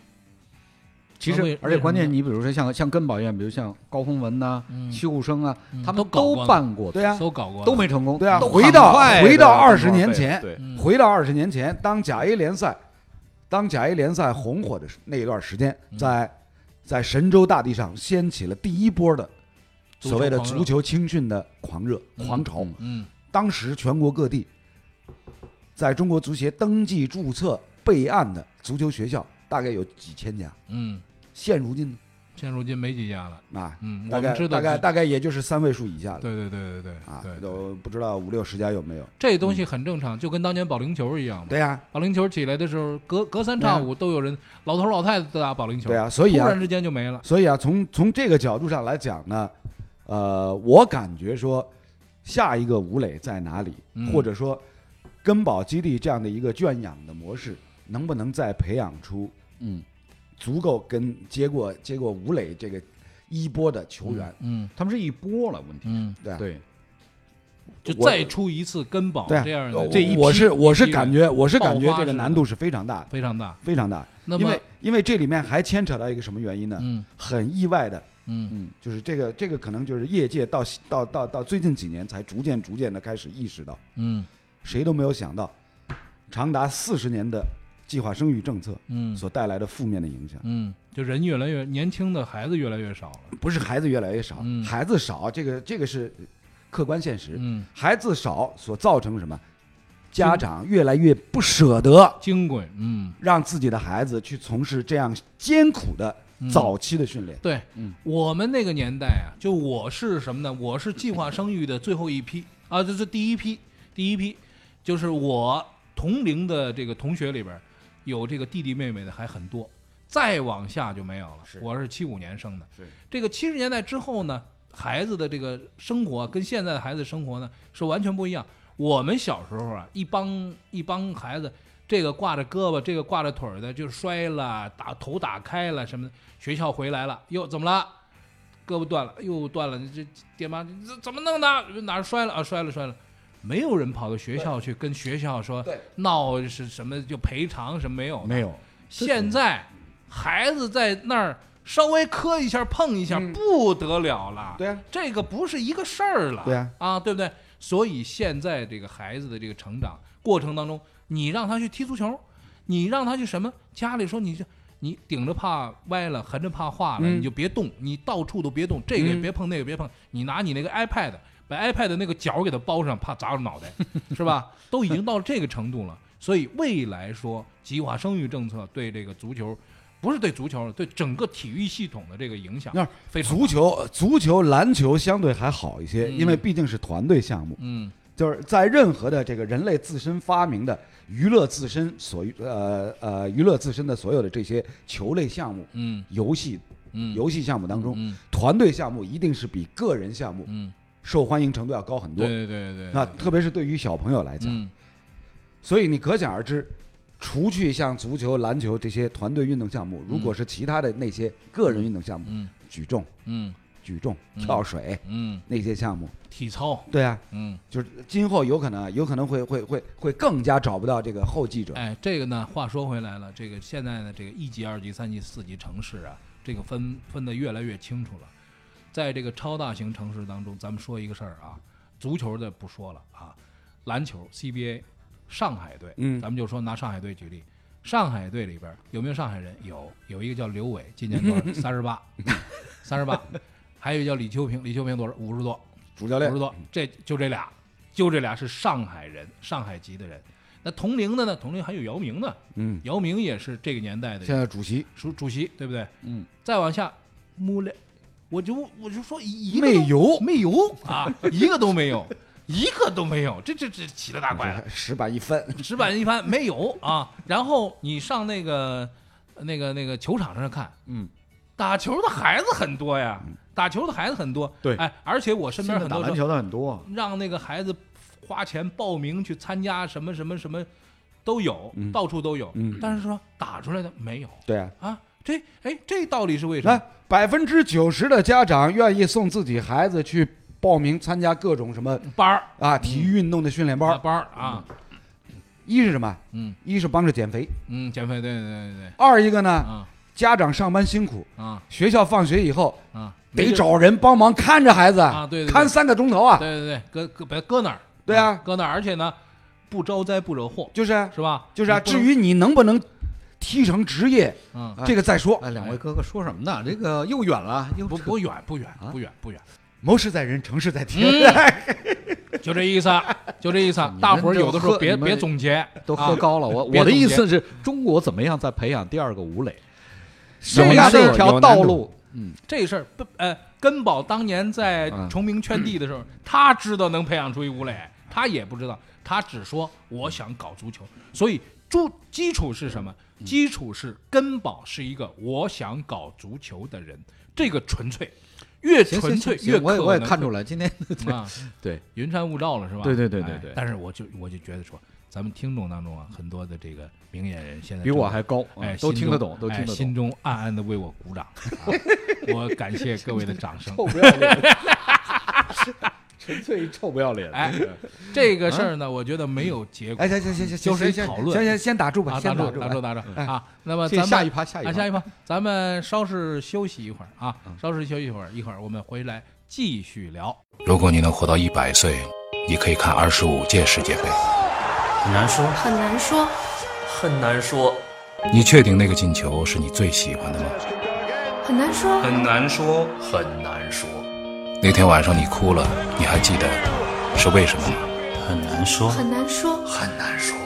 [SPEAKER 6] 其
[SPEAKER 5] 为
[SPEAKER 6] 实，而且关
[SPEAKER 5] 为什
[SPEAKER 6] 键，
[SPEAKER 5] 么呢
[SPEAKER 6] 你比如说像像根宝一样，比如像高洪文呐、
[SPEAKER 5] 嗯
[SPEAKER 6] 戚沪生啊，
[SPEAKER 5] 嗯
[SPEAKER 6] 他们
[SPEAKER 5] 都搞过
[SPEAKER 6] 都办过，
[SPEAKER 4] 对啊，
[SPEAKER 5] 都搞过，
[SPEAKER 6] 都没成功。
[SPEAKER 4] 对啊
[SPEAKER 6] 都
[SPEAKER 4] 回
[SPEAKER 6] 很
[SPEAKER 4] 到
[SPEAKER 6] 快的
[SPEAKER 4] 回到
[SPEAKER 6] 很快
[SPEAKER 4] 20年
[SPEAKER 6] 被
[SPEAKER 4] 前
[SPEAKER 6] 对，
[SPEAKER 5] 嗯
[SPEAKER 4] 回到二十年前，当甲 A 联赛，当甲 A 联赛红火的时那一段时间，
[SPEAKER 5] 嗯
[SPEAKER 4] 在在神州大地上掀起了第一波的
[SPEAKER 5] 足球
[SPEAKER 4] 所谓的
[SPEAKER 5] 狂热
[SPEAKER 4] 足球青训的狂热狂潮。
[SPEAKER 5] 嗯
[SPEAKER 4] 当时全国各地，在中国足协登记注册备案的足球学校大概有几千家，
[SPEAKER 5] 嗯，
[SPEAKER 4] 现如今
[SPEAKER 5] 现如今没几家了，
[SPEAKER 4] 呢啊，
[SPEAKER 5] 嗯，
[SPEAKER 4] 大
[SPEAKER 5] 我们
[SPEAKER 4] 概
[SPEAKER 5] 知道
[SPEAKER 4] 大概大概也就是三位数以下了
[SPEAKER 5] 对对对对对
[SPEAKER 4] 啊
[SPEAKER 5] 对，对，
[SPEAKER 4] 都不知道五六十家有没有。
[SPEAKER 5] 这东西很正常，就跟当年保龄球一样嘛。
[SPEAKER 4] 对呀、
[SPEAKER 5] 保龄球起来的时候，隔隔三差五都有人老头老太太打保龄球，
[SPEAKER 4] 对呀、所以
[SPEAKER 5] 突
[SPEAKER 4] 啊
[SPEAKER 5] 然，之间就没了。
[SPEAKER 4] 所以啊，从从这个角度上来讲呢，呃，我感觉说下一个吴磊在哪里，
[SPEAKER 5] 嗯
[SPEAKER 4] 或者说根宝基地这样的一个圈养的模式，能不能再培养出
[SPEAKER 6] 嗯，
[SPEAKER 4] 足够跟接过接过吴磊这个一波的球员，
[SPEAKER 5] 嗯
[SPEAKER 6] 他们是一波了，问题。
[SPEAKER 5] 嗯，
[SPEAKER 4] 对吧
[SPEAKER 6] 对，
[SPEAKER 5] 就
[SPEAKER 4] 我
[SPEAKER 5] 再出一次根宝
[SPEAKER 4] 对啊
[SPEAKER 5] 哦这样的
[SPEAKER 4] 我
[SPEAKER 5] 这一
[SPEAKER 4] 我是我是
[SPEAKER 5] 批
[SPEAKER 4] 感觉我是感
[SPEAKER 5] 爆
[SPEAKER 4] 觉
[SPEAKER 5] 发
[SPEAKER 4] 这个
[SPEAKER 5] 式的
[SPEAKER 4] 难度是非常大的，
[SPEAKER 5] 非常大。
[SPEAKER 4] 非常大。
[SPEAKER 5] 那
[SPEAKER 4] 因
[SPEAKER 5] 么
[SPEAKER 4] 为因为这里面还牵扯到一个什么原因呢？
[SPEAKER 5] 嗯
[SPEAKER 4] 很意外的，
[SPEAKER 5] 嗯
[SPEAKER 4] 就是这个这个可能就是业界到到到到最近几年才逐渐逐渐的开始意识到，
[SPEAKER 5] 嗯
[SPEAKER 4] 谁都没有想到，长达四十年的计划生育政策
[SPEAKER 5] 嗯
[SPEAKER 4] 所带来的负面的影响。
[SPEAKER 5] 嗯，就人越来越年轻的孩子越来越少了。
[SPEAKER 4] 不是孩子越来越少，
[SPEAKER 5] 嗯
[SPEAKER 4] 孩子少，这个这个是客观现实。
[SPEAKER 5] 嗯，
[SPEAKER 4] 孩子少所造成什么？家长越来越不舍得
[SPEAKER 5] 金贵，嗯，
[SPEAKER 4] 让自己的孩子去从事这样艰苦的
[SPEAKER 5] 嗯
[SPEAKER 4] 早期的训练。
[SPEAKER 5] 对，
[SPEAKER 6] 嗯
[SPEAKER 5] 我们那个年代啊，就我是什么呢？我是计划生育的最后一批啊，就是第一批，第一批，就是我同龄的这个同学里边儿有这个弟弟妹妹的还很多，再往下就没有了。我是七五年生的，这个七十年代之后呢，孩子的这个生活跟现在的孩子生活呢是完全不一样。我们小时候啊，一帮一帮孩子，这个挂着胳膊，这个挂着腿儿的，就摔了，打头打开了什么的。学校回来了，哟，怎么了？胳膊断了，又断了，这爹妈这怎么弄的？哪儿摔了啊？摔了摔了，没有人跑到学校去跟学校说
[SPEAKER 4] 对
[SPEAKER 5] 闹是什么就赔偿什么没有的
[SPEAKER 6] 没有，
[SPEAKER 5] 现在孩子在那儿稍微磕一下、碰一下，不得了了。
[SPEAKER 4] 嗯对啊，
[SPEAKER 5] 这个不是一个事儿了。
[SPEAKER 4] 对啊，
[SPEAKER 5] 对不对？所以现在这个孩子的这个成长过程当中，你让他去踢足球，你让他去什么？家里说你这。你顶着怕歪了，横着怕化了，
[SPEAKER 4] 嗯
[SPEAKER 5] 你就别动，你到处都别动，这个也
[SPEAKER 4] 嗯
[SPEAKER 5] 别碰，那个别碰。你拿你那个 iPad，把 iPad 的那个角给它包上，怕砸着脑袋。 是吧？都已经到这个程度了，所以未来说计划生育政策对这个足球，不是对足球，对整个体育系统的这个影响
[SPEAKER 4] 那
[SPEAKER 5] 啊非常大
[SPEAKER 4] 足球、足球、篮球相对还好一些，
[SPEAKER 5] 嗯
[SPEAKER 4] 因为毕竟是团队项目，
[SPEAKER 5] 嗯
[SPEAKER 4] 就是在任何的这个人类自身发明的娱乐自身所呃呃娱乐自身的所有的这些球类项目、
[SPEAKER 5] 嗯
[SPEAKER 4] 游戏、
[SPEAKER 5] 嗯，
[SPEAKER 4] 游戏项目当中，
[SPEAKER 5] 嗯
[SPEAKER 4] 团队项目一定是比个人项目
[SPEAKER 5] 嗯，
[SPEAKER 4] 受欢迎程度要高很多
[SPEAKER 5] 对。对对对，
[SPEAKER 4] 那特别是对于小朋友来讲，
[SPEAKER 5] 嗯
[SPEAKER 4] 所以你可想而知，除去像足球、篮球这些团队运动项目，如果是其他的那些个人运动项目，
[SPEAKER 5] 嗯
[SPEAKER 4] 举重、
[SPEAKER 5] 嗯
[SPEAKER 4] 举重、跳水
[SPEAKER 5] 嗯，
[SPEAKER 4] 那些项目，
[SPEAKER 5] 体操，
[SPEAKER 4] 对啊，
[SPEAKER 5] 嗯，
[SPEAKER 4] 就是今后有可能啊，有可能会会会会更加找不到这个后继者。
[SPEAKER 5] 哎，这个呢，话说回来了，这个现在呢，这个一级、二级、三级、四级城市啊，这个分分的越来越清楚了。在这个超大型城市当中，咱们说一个事儿啊，足球的不说了啊，篮球 CBA 上海队，
[SPEAKER 4] 嗯
[SPEAKER 5] 咱们就说拿上海队举例，上海队里边有没有上海人？有，有一个叫刘伟，今年多少？三十八，三十八，还有一个叫李秋平，李秋平多少？五十多，
[SPEAKER 4] 主教
[SPEAKER 5] 五十多，这就这俩，就这俩是上海人，上海籍的人。那同龄的呢？同龄还有姚明呢，
[SPEAKER 4] 嗯，
[SPEAKER 5] 姚明也是这个年代的
[SPEAKER 6] 现在主席
[SPEAKER 5] 主主席，对不对？
[SPEAKER 6] 嗯，
[SPEAKER 5] 再往下，穆雷，我就我就说一个
[SPEAKER 4] 没
[SPEAKER 5] 都
[SPEAKER 4] 有
[SPEAKER 5] 没有啊，一个都没有，一个都没有，这这这奇了大怪了，
[SPEAKER 4] 石板一翻，
[SPEAKER 5] 石板一翻没有啊。然后你上那个那个那个球场上看，
[SPEAKER 6] 嗯，
[SPEAKER 5] 打球的孩子很多呀，打球的孩子很多，
[SPEAKER 6] 对
[SPEAKER 5] 哎，而且我身边很
[SPEAKER 6] 打
[SPEAKER 5] 多
[SPEAKER 6] 篮
[SPEAKER 5] 说
[SPEAKER 6] 球的很多，
[SPEAKER 5] 让那个孩子花钱报名去参加什么什么什么，都有，
[SPEAKER 4] 嗯
[SPEAKER 5] 到处都有。但是说打出来的没有
[SPEAKER 4] 对啊，
[SPEAKER 5] 啊，这哎这到底是为什么
[SPEAKER 4] 来？百分之九十的家长愿意送自己孩子去报名参加各种什么
[SPEAKER 5] 班儿
[SPEAKER 4] 啊体育运动的训练班
[SPEAKER 5] 啊
[SPEAKER 4] 儿，
[SPEAKER 5] 班儿啊，
[SPEAKER 4] 一是什么？
[SPEAKER 5] 嗯，
[SPEAKER 4] 一是帮着减肥，
[SPEAKER 5] 嗯，减肥，对对对对，
[SPEAKER 4] 二一个呢，
[SPEAKER 5] 啊
[SPEAKER 4] 家长上班辛苦，
[SPEAKER 5] 啊
[SPEAKER 4] 学校放学以后
[SPEAKER 5] 啊，没
[SPEAKER 4] 得
[SPEAKER 5] 地儿
[SPEAKER 4] 找人帮忙看着孩子
[SPEAKER 5] 啊对对对
[SPEAKER 4] 看三个钟头啊，
[SPEAKER 5] 对对对，搁搁别搁那儿，
[SPEAKER 4] 对啊
[SPEAKER 5] 搁那儿，而且呢，不招灾不惹祸，
[SPEAKER 4] 就是啊
[SPEAKER 5] 是吧？
[SPEAKER 4] 就是啊。
[SPEAKER 5] 你不能
[SPEAKER 4] 至于你能不能踢成职业，
[SPEAKER 5] 嗯，
[SPEAKER 4] 这个再说。
[SPEAKER 6] 哎，两位哥哥说什么呢？这个又远了，又
[SPEAKER 5] 不不远不远
[SPEAKER 6] 啊
[SPEAKER 5] 不远不远，
[SPEAKER 4] 谋事在人，成事在天。
[SPEAKER 5] 嗯 就这意思啊，就这意思啊
[SPEAKER 6] 你。们
[SPEAKER 5] 大伙儿
[SPEAKER 6] 这
[SPEAKER 5] 有的时候
[SPEAKER 6] 喝
[SPEAKER 5] 别
[SPEAKER 6] 你们
[SPEAKER 5] 别总结，
[SPEAKER 6] 都
[SPEAKER 5] 啊
[SPEAKER 6] 喝高了。我
[SPEAKER 5] 别
[SPEAKER 6] 我的
[SPEAKER 5] 总
[SPEAKER 6] 意
[SPEAKER 5] 结
[SPEAKER 6] 思是中国怎么样在培养第二个吴磊？
[SPEAKER 4] 有
[SPEAKER 6] 剩下
[SPEAKER 4] 难度
[SPEAKER 6] 这条
[SPEAKER 4] 有
[SPEAKER 6] 道
[SPEAKER 4] 难
[SPEAKER 6] 路，
[SPEAKER 5] 这事儿不呃，根宝当年在
[SPEAKER 6] 嗯
[SPEAKER 5] 崇明圈地的时候，他知道能培养出一吴磊，他也不知道，他只说我
[SPEAKER 6] 嗯
[SPEAKER 5] 想搞足球，所以主基础是什么？
[SPEAKER 6] 嗯
[SPEAKER 5] 基础是根宝是一个我想搞足球的人，这个纯粹，越
[SPEAKER 6] 行
[SPEAKER 5] 纯
[SPEAKER 6] 行
[SPEAKER 5] 粹
[SPEAKER 6] 行
[SPEAKER 5] 越
[SPEAKER 6] 行，我也我也看
[SPEAKER 5] 出
[SPEAKER 6] 出来，今天
[SPEAKER 5] 啊，
[SPEAKER 6] 对，
[SPEAKER 5] 云山雾罩了是吧？
[SPEAKER 6] 对对对对
[SPEAKER 5] 哎
[SPEAKER 6] 对
[SPEAKER 5] 但是我就我就觉得说，咱们听众当中啊，很多的这个明眼人现在
[SPEAKER 6] 比
[SPEAKER 5] 真
[SPEAKER 6] 我
[SPEAKER 5] 的
[SPEAKER 6] 还高，
[SPEAKER 5] 哎
[SPEAKER 6] 啊，都听得
[SPEAKER 5] 心中
[SPEAKER 6] 懂，都听
[SPEAKER 5] 哎
[SPEAKER 6] 得
[SPEAKER 5] 心
[SPEAKER 6] 懂。
[SPEAKER 5] 中暗暗的为我鼓掌，啊我感谢各位的掌声。
[SPEAKER 6] 臭不要 脸，纯粹臭不要脸。
[SPEAKER 5] 哎，这
[SPEAKER 6] 嗯
[SPEAKER 5] 个事儿呢，我觉得没有结果
[SPEAKER 4] 哎，。行行行行，
[SPEAKER 5] 就是一
[SPEAKER 4] 行
[SPEAKER 5] 讨论
[SPEAKER 4] 行行，先打住吧，
[SPEAKER 5] 啊，
[SPEAKER 4] 先
[SPEAKER 5] 打住，
[SPEAKER 4] 住
[SPEAKER 5] 打
[SPEAKER 4] 吧。
[SPEAKER 5] 住，打住
[SPEAKER 4] 哎
[SPEAKER 5] 啊！那么
[SPEAKER 6] 嗯这
[SPEAKER 5] 咱们
[SPEAKER 6] 下一趴，下一
[SPEAKER 5] 啊，
[SPEAKER 6] 趴，嗯
[SPEAKER 5] 下一趴，咱们稍事休息一会儿啊，稍事休息一会儿，一会儿我们回来继续聊。
[SPEAKER 1] 如果你能活到一百岁，你可以看二十五届世界杯。
[SPEAKER 2] 很难说，
[SPEAKER 3] 很难说，
[SPEAKER 2] 很难说，
[SPEAKER 1] 你确定那个进球是你最喜欢的吗？
[SPEAKER 3] 很难说，
[SPEAKER 2] 很难说，很难说，
[SPEAKER 1] 那天晚上你哭了，你还记得是为什么吗？
[SPEAKER 2] 很难说，
[SPEAKER 3] 很难说，
[SPEAKER 2] 很难说。